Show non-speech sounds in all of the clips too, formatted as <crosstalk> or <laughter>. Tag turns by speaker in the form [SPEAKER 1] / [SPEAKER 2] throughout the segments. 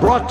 [SPEAKER 1] brought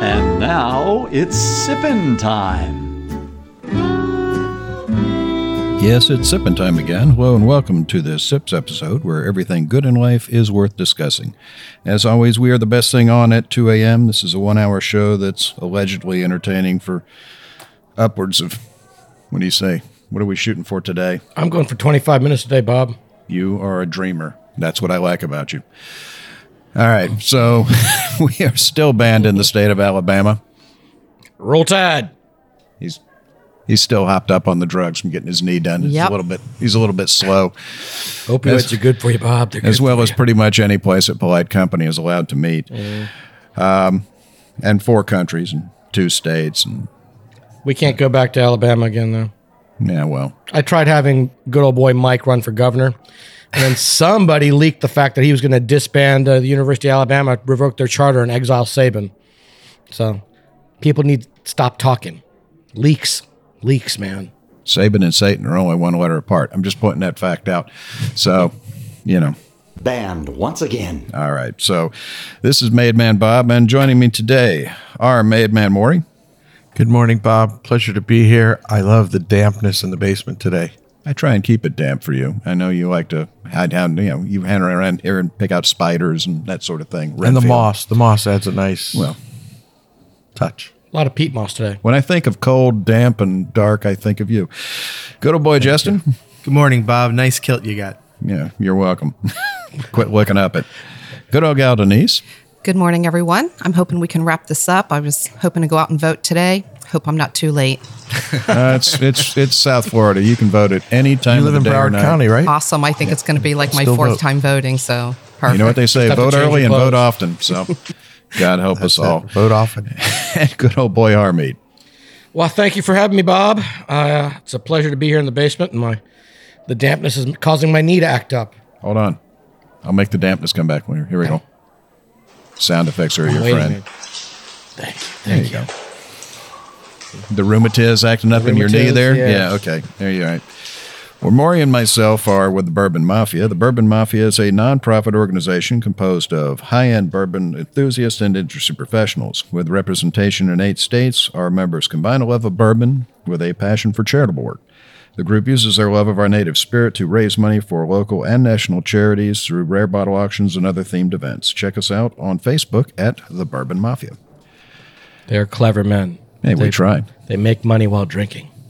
[SPEAKER 1] And now it's sippin' time.
[SPEAKER 2] Yes, it's sipping time again. Hello and welcome to this Sips episode where everything good in life is worth discussing. As always, we are the best thing on at 2 a.m. This is a one hour show that's allegedly entertaining for upwards of, what do you say? What are we shooting for today?
[SPEAKER 3] I'm going for 25 minutes today, Bob.
[SPEAKER 2] You are a dreamer. That's what I like about you. All right, so <laughs> we are still banned in the state of Alabama.
[SPEAKER 3] Roll Tide.
[SPEAKER 2] He's he's still hopped up on the drugs from getting his knee done. He's
[SPEAKER 4] Yep.
[SPEAKER 2] a little bit he's a little bit slow.
[SPEAKER 3] Opioids are good for you, Bob. They're
[SPEAKER 2] as
[SPEAKER 3] good
[SPEAKER 2] well
[SPEAKER 3] for
[SPEAKER 2] as
[SPEAKER 3] you.
[SPEAKER 2] pretty much any place that polite company is allowed to meet. Um, and four countries and two states and
[SPEAKER 3] we can't go back to Alabama again, though.
[SPEAKER 2] yeah, well,
[SPEAKER 3] I tried having good old boy Mike run for governor, and then somebody leaked the fact that he was going to disband uh, the University of Alabama, revoke their charter, and exile Saban. So people need to stop talking. Leaks, leaks, man.
[SPEAKER 2] Saban and Satan are only one letter apart. I'm just pointing that fact out. So, you know,
[SPEAKER 1] Banned once again.
[SPEAKER 2] all right. So, this is Made Man Bob, and joining me today are Made Man Maury
[SPEAKER 5] Good morning, Bob. Pleasure to be here. I love the dampness in the basement today.
[SPEAKER 2] I try and keep it damp for you. I know you like to hide down, you know, you hand around here and pick out spiders and that sort of thing.
[SPEAKER 5] and the
[SPEAKER 2] Renfield.
[SPEAKER 5] moss. The moss adds a nice
[SPEAKER 2] Well,
[SPEAKER 5] touch.
[SPEAKER 3] A lot of peat moss today.
[SPEAKER 2] when I think of cold, damp, and dark, I think of you. Good old boy, Justin.
[SPEAKER 6] Good morning, Bob. Nice kilt you got.
[SPEAKER 2] Yeah, you're welcome. <laughs> Quit looking up at good old gal Denise.
[SPEAKER 4] Good morning, everyone. I'm hoping we can wrap this up. I was hoping to go out and vote today. Hope I'm not too late.
[SPEAKER 2] Uh, it's it's it's South Florida. You can vote at any time.
[SPEAKER 5] You
[SPEAKER 2] of
[SPEAKER 5] live
[SPEAKER 2] the
[SPEAKER 5] in
[SPEAKER 2] day or
[SPEAKER 5] Broward
[SPEAKER 2] night.
[SPEAKER 5] County, right?
[SPEAKER 4] Awesome. I think it's going to be like my
[SPEAKER 5] Still
[SPEAKER 4] fourth
[SPEAKER 5] vote.
[SPEAKER 4] time voting. So perfect.
[SPEAKER 2] You know what they say:
[SPEAKER 3] Just have to
[SPEAKER 2] vote
[SPEAKER 3] change
[SPEAKER 2] early
[SPEAKER 3] your
[SPEAKER 2] and vote
[SPEAKER 3] clothes.
[SPEAKER 2] often.
[SPEAKER 5] <laughs>
[SPEAKER 2] So, God help us all.
[SPEAKER 5] Vote often.
[SPEAKER 2] And good old boy Harmeet.
[SPEAKER 3] Well, thank you for having me, Bob. Uh, it's a pleasure to be here in the basement, and my the dampness is causing my knee to act up.
[SPEAKER 2] Hold on, I'll make the dampness come back later. Here we go. Sound effects are your
[SPEAKER 3] Wait a
[SPEAKER 2] friend.
[SPEAKER 3] minute. Thank you.
[SPEAKER 2] There you go. The rheumatiz acting up in your knee
[SPEAKER 3] rheumatiz,
[SPEAKER 2] there?
[SPEAKER 3] yeah.
[SPEAKER 2] Yeah, okay. There you are. Well, Maury and myself are with the Bourbon Mafia. The Bourbon Mafia is a nonprofit organization composed of high end bourbon enthusiasts and industry professionals. With representation in eight states, our members combine a love of bourbon with a passion for charitable work. The group uses their love of our native spirit to raise money for local and national charities through rare bottle auctions and other themed events. Check us out on Facebook at The Bourbon Mafia.
[SPEAKER 3] They're clever men.
[SPEAKER 2] Hey, we try.
[SPEAKER 3] They make money while drinking.
[SPEAKER 5] <laughs>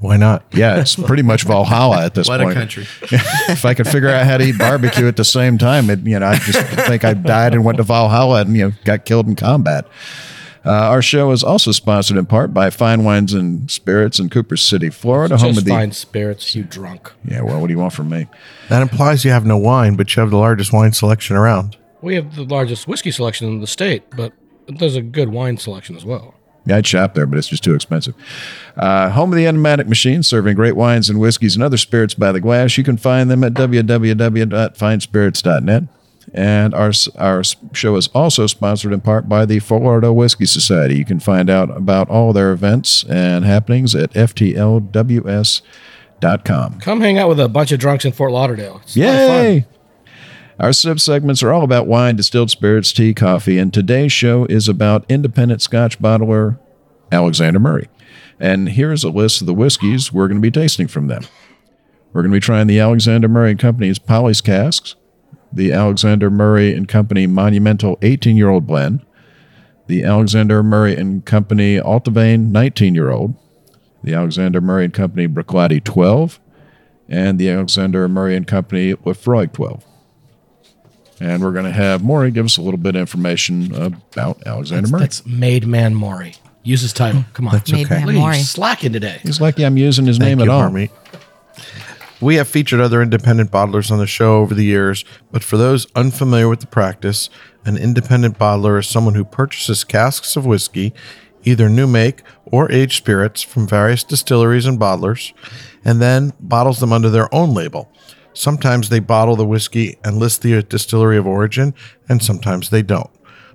[SPEAKER 5] Why not?
[SPEAKER 2] Yeah, it's pretty much Valhalla at this
[SPEAKER 6] What
[SPEAKER 2] point.
[SPEAKER 6] a country.
[SPEAKER 2] <laughs> if I could figure out how to eat barbecue at the same time, it, you know, I just think I died and went to Valhalla and you know got killed in combat. Uh, our show is also sponsored in part by Fine Wines and Spirits in Cooper City, Florida, home
[SPEAKER 3] Just
[SPEAKER 2] of the
[SPEAKER 3] fine spirits, you drunk.
[SPEAKER 2] yeah. Well, what do you want from me?
[SPEAKER 5] That implies you have no wine, but you have the largest wine selection around.
[SPEAKER 3] We have the largest whiskey selection in the state, but there's a good wine selection as well.
[SPEAKER 2] Yeah, I'd shop there, but it's just too expensive. Uh, home of the Enigmatic Machine, serving great wines and whiskeys and other spirits by the glass. You can find them at www.finespirits.net. And our, our show is also sponsored in part by the Florida Whiskey Society. You can find out about all their events and happenings at ftlws.com.
[SPEAKER 3] Come hang out with a bunch of drunks in Fort Lauderdale. It's a lot of fun.
[SPEAKER 2] Yay! Our sip segments are all about wine, distilled spirits, tea, coffee, and today's show is about independent Scotch bottler Alexander Murray. And here's a list of the whiskeys we're going to be tasting from them. We're going to be trying the Alexander Murray and Company's Polly's casks, the Alexander Murray and Company Monumental 18-year-old blend, the Alexander Murray and Company Altavane 19-year-old, the Alexander Murray and Company Briclati 12, and the Alexander Murray and Company Lefroy 12. And we're going to have Maury give us a little bit of information about Alexander Murray.
[SPEAKER 3] That's Made Man Maury. Use his title. Come on.
[SPEAKER 4] Made okay. Man
[SPEAKER 3] Please,
[SPEAKER 4] Maury.
[SPEAKER 3] slacking today.
[SPEAKER 2] He's lucky I'm using his name
[SPEAKER 5] Thank
[SPEAKER 2] at
[SPEAKER 5] you,
[SPEAKER 2] all.
[SPEAKER 5] Harmeet. We have featured other independent bottlers on the show over the years, but for those unfamiliar with the practice, an independent bottler is someone who purchases casks of whiskey, either new make or aged spirits, from various distilleries and bottlers, and then bottles them under their own label. Sometimes they bottle the whiskey and list the distillery of origin, and sometimes they don't.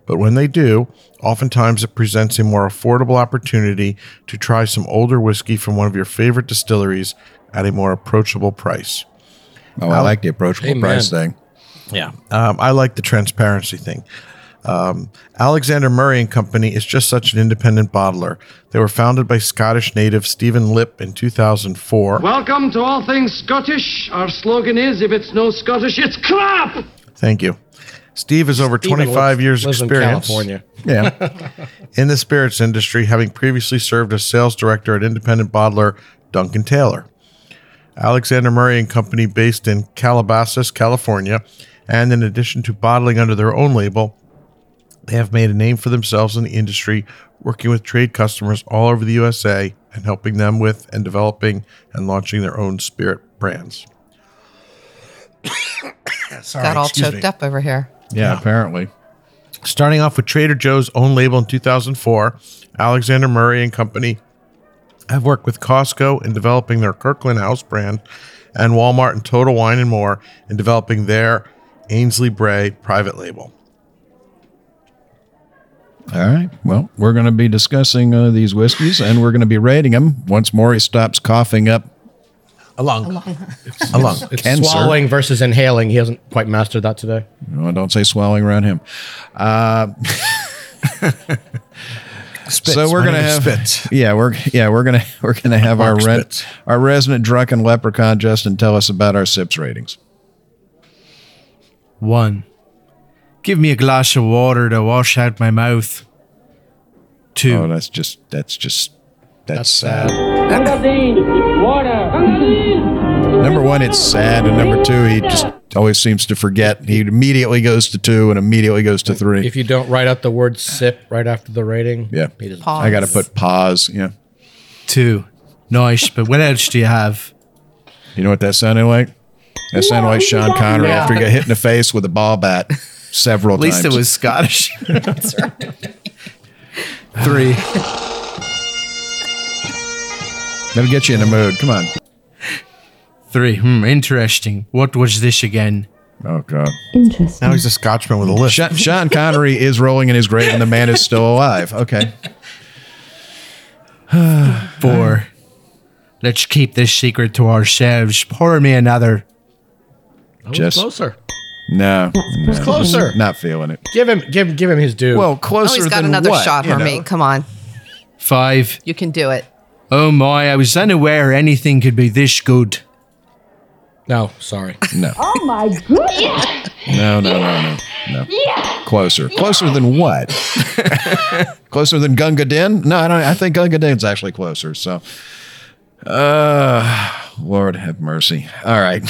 [SPEAKER 5] But when they do, oftentimes it presents a more affordable opportunity to try some older whiskey from one of your favorite distilleries at a more approachable price.
[SPEAKER 2] Oh, I like the approachable
[SPEAKER 3] Amen.
[SPEAKER 2] price thing.
[SPEAKER 5] Yeah.
[SPEAKER 2] Uh,
[SPEAKER 5] Um, I like the transparency thing. Um, Alexander Murray and Company is just such an independent bottler. They were founded by Scottish native Stephen Lipp in 2004.
[SPEAKER 7] Welcome to all things Scottish. Our slogan is if it's no Scottish, it's crap!
[SPEAKER 5] Thank you. Steve has over 25 years
[SPEAKER 3] Lives in
[SPEAKER 5] experience
[SPEAKER 3] California.
[SPEAKER 2] Yeah.
[SPEAKER 3] <laughs>
[SPEAKER 5] in the spirits industry, having previously served as sales director at independent bottler Duncan Taylor. Alexander Murray and Company, based in Calabasas, California, and in addition to bottling under their own label, they have made a name for themselves in the industry, working with trade customers all over the USA and helping them with and developing and launching their own spirit brands. Sorry,
[SPEAKER 4] Got all
[SPEAKER 5] excuse
[SPEAKER 4] choked
[SPEAKER 5] me.
[SPEAKER 4] up over here.
[SPEAKER 2] yeah, apparently.
[SPEAKER 5] Starting off with Trader Joe's own label in 2004, Alexander Murray and Company have worked with Costco in developing their Kirkland House brand and Walmart and Total Wine and More in developing their Ainsley Bray private label.
[SPEAKER 2] All right. Well, we're going to be discussing uh, these whiskeys and we're going to be rating them once Maury stops coughing up.
[SPEAKER 5] A lung.
[SPEAKER 3] It's
[SPEAKER 2] Cancer.
[SPEAKER 3] swallowing versus inhaling. He hasn't quite mastered that today.
[SPEAKER 2] Oh, don't say swallowing around him. Uh, so we're
[SPEAKER 5] My
[SPEAKER 2] gonna
[SPEAKER 5] name is
[SPEAKER 2] have <laughs>
[SPEAKER 5] Spitz.
[SPEAKER 2] yeah we're yeah we're gonna <laughs> we're gonna have our
[SPEAKER 5] Mark
[SPEAKER 2] rent
[SPEAKER 5] Spitz.
[SPEAKER 2] our resident drunken leprechaun Justin tell us about our sips ratings.
[SPEAKER 6] One. Give me a glass of water to wash out my mouth. Two.
[SPEAKER 2] Oh, that's just that's just that's, sad. Number one, it's sad, and number two, he just always seems to forget. He immediately goes to two, and immediately goes to three.
[SPEAKER 3] If you don't write out the word sip right after the rating,
[SPEAKER 2] yeah,
[SPEAKER 3] he doesn't.
[SPEAKER 4] Pause.
[SPEAKER 2] I got to put pause. Yeah,
[SPEAKER 6] Two. Nice, but what else do you have?
[SPEAKER 2] you know what that sounded like? That sounded like Sean Connery after he got hit in the face with a ball bat several
[SPEAKER 6] At least
[SPEAKER 2] times.
[SPEAKER 6] it was Scottish. <laughs> Three.
[SPEAKER 2] That'll get you in the mood. Come on.
[SPEAKER 6] Three. Hmm, interesting. What was this again?
[SPEAKER 2] Oh God!
[SPEAKER 5] Now he's a Scotchman with a list.
[SPEAKER 2] Sean, Sean Connery is rolling in his grave, and the man is still alive. Okay.
[SPEAKER 6] Four. Let's keep this secret to ourselves. Pour me another.
[SPEAKER 3] Oh, it's
[SPEAKER 2] Just-
[SPEAKER 3] closer.
[SPEAKER 2] No, no.
[SPEAKER 3] Closer.
[SPEAKER 5] Mm-hmm.
[SPEAKER 2] Not feeling it.
[SPEAKER 3] Give him, give, give him his due.
[SPEAKER 2] Well,
[SPEAKER 4] Oh,
[SPEAKER 2] closer
[SPEAKER 4] he's got
[SPEAKER 2] than
[SPEAKER 4] another
[SPEAKER 2] what,
[SPEAKER 4] shot,
[SPEAKER 2] you know?
[SPEAKER 4] Hermie. Come on.
[SPEAKER 6] Five.
[SPEAKER 4] You can do it.
[SPEAKER 6] Oh my, I was unaware anything could be this good.
[SPEAKER 3] no, sorry.
[SPEAKER 8] Oh my goodness!
[SPEAKER 2] No, no, no, no, no. Closer, closer than what? <laughs> closer than Gunga Din? No, I don't. I think Gunga Din's actually closer. So, uh, Lord have mercy. All right,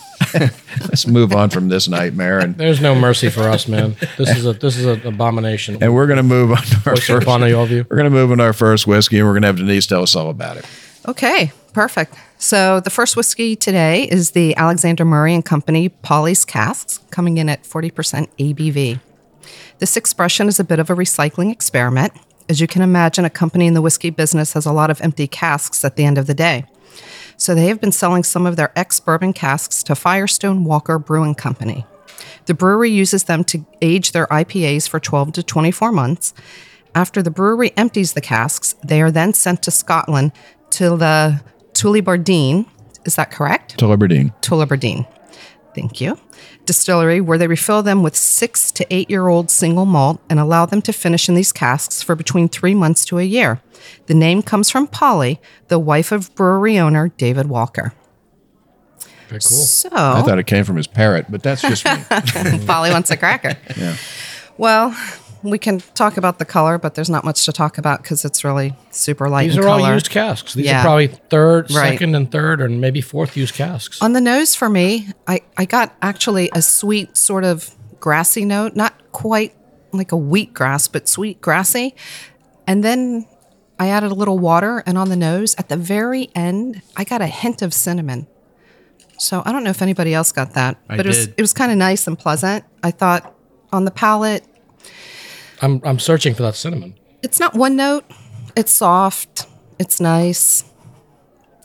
[SPEAKER 2] <laughs> let's move on from this nightmare, and
[SPEAKER 3] There's no mercy for us, man. This is a this is an abomination.
[SPEAKER 2] and we're gonna move on to our
[SPEAKER 3] What's
[SPEAKER 2] first.
[SPEAKER 3] upon all of you?
[SPEAKER 2] We're gonna move on to our first whiskey, and we're gonna have Denise tell us all about it.
[SPEAKER 4] Okay, perfect. So the first whiskey today is the Alexander Murray and Company Polly's Casks, coming in at 40% ABV. This expression is a bit of a recycling experiment. As you can imagine, a company in the whiskey business has a lot of empty casks at the end of the day. So they have been selling some of their ex bourbon casks to Firestone Walker Brewing Company. The brewery uses them to age their IPAs for 12 to 24 months. After the brewery empties the casks, they are then sent to Scotland to the Tullibardine. Is that correct?
[SPEAKER 2] To Aberdeen.
[SPEAKER 4] Tullibardine. Thank you. Distillery, where they refill them with six to eight year old single malt and allow them to finish in these casks for between three months to a year. The name comes from Polly, the wife of brewery owner David Walker.
[SPEAKER 3] Very cool.
[SPEAKER 4] So
[SPEAKER 2] I thought it came from his parrot, but that's just
[SPEAKER 4] <laughs>
[SPEAKER 2] me.
[SPEAKER 4] Polly wants
[SPEAKER 2] <laughs>
[SPEAKER 4] a cracker. Well, we can talk about the color, but there's not much to talk about because it's really super light.
[SPEAKER 3] These
[SPEAKER 4] in
[SPEAKER 3] are all
[SPEAKER 4] color.
[SPEAKER 3] used casks. These
[SPEAKER 4] Yeah.
[SPEAKER 3] are probably third,
[SPEAKER 4] Right.
[SPEAKER 3] second, and third, and maybe fourth used casks.
[SPEAKER 4] On the nose for me, I, I got actually a sweet sort of grassy note, not quite like a wheat grass, but sweet grassy. And then I added a little water, and on the nose at the very end, I got a hint of cinnamon. So I don't know if anybody else got that,
[SPEAKER 6] I
[SPEAKER 4] but it was
[SPEAKER 6] did.
[SPEAKER 4] it was kind of nice and pleasant. I thought on the palate,
[SPEAKER 3] I'm I'm searching for that cinnamon.
[SPEAKER 4] it's not one note. It's soft. It's nice.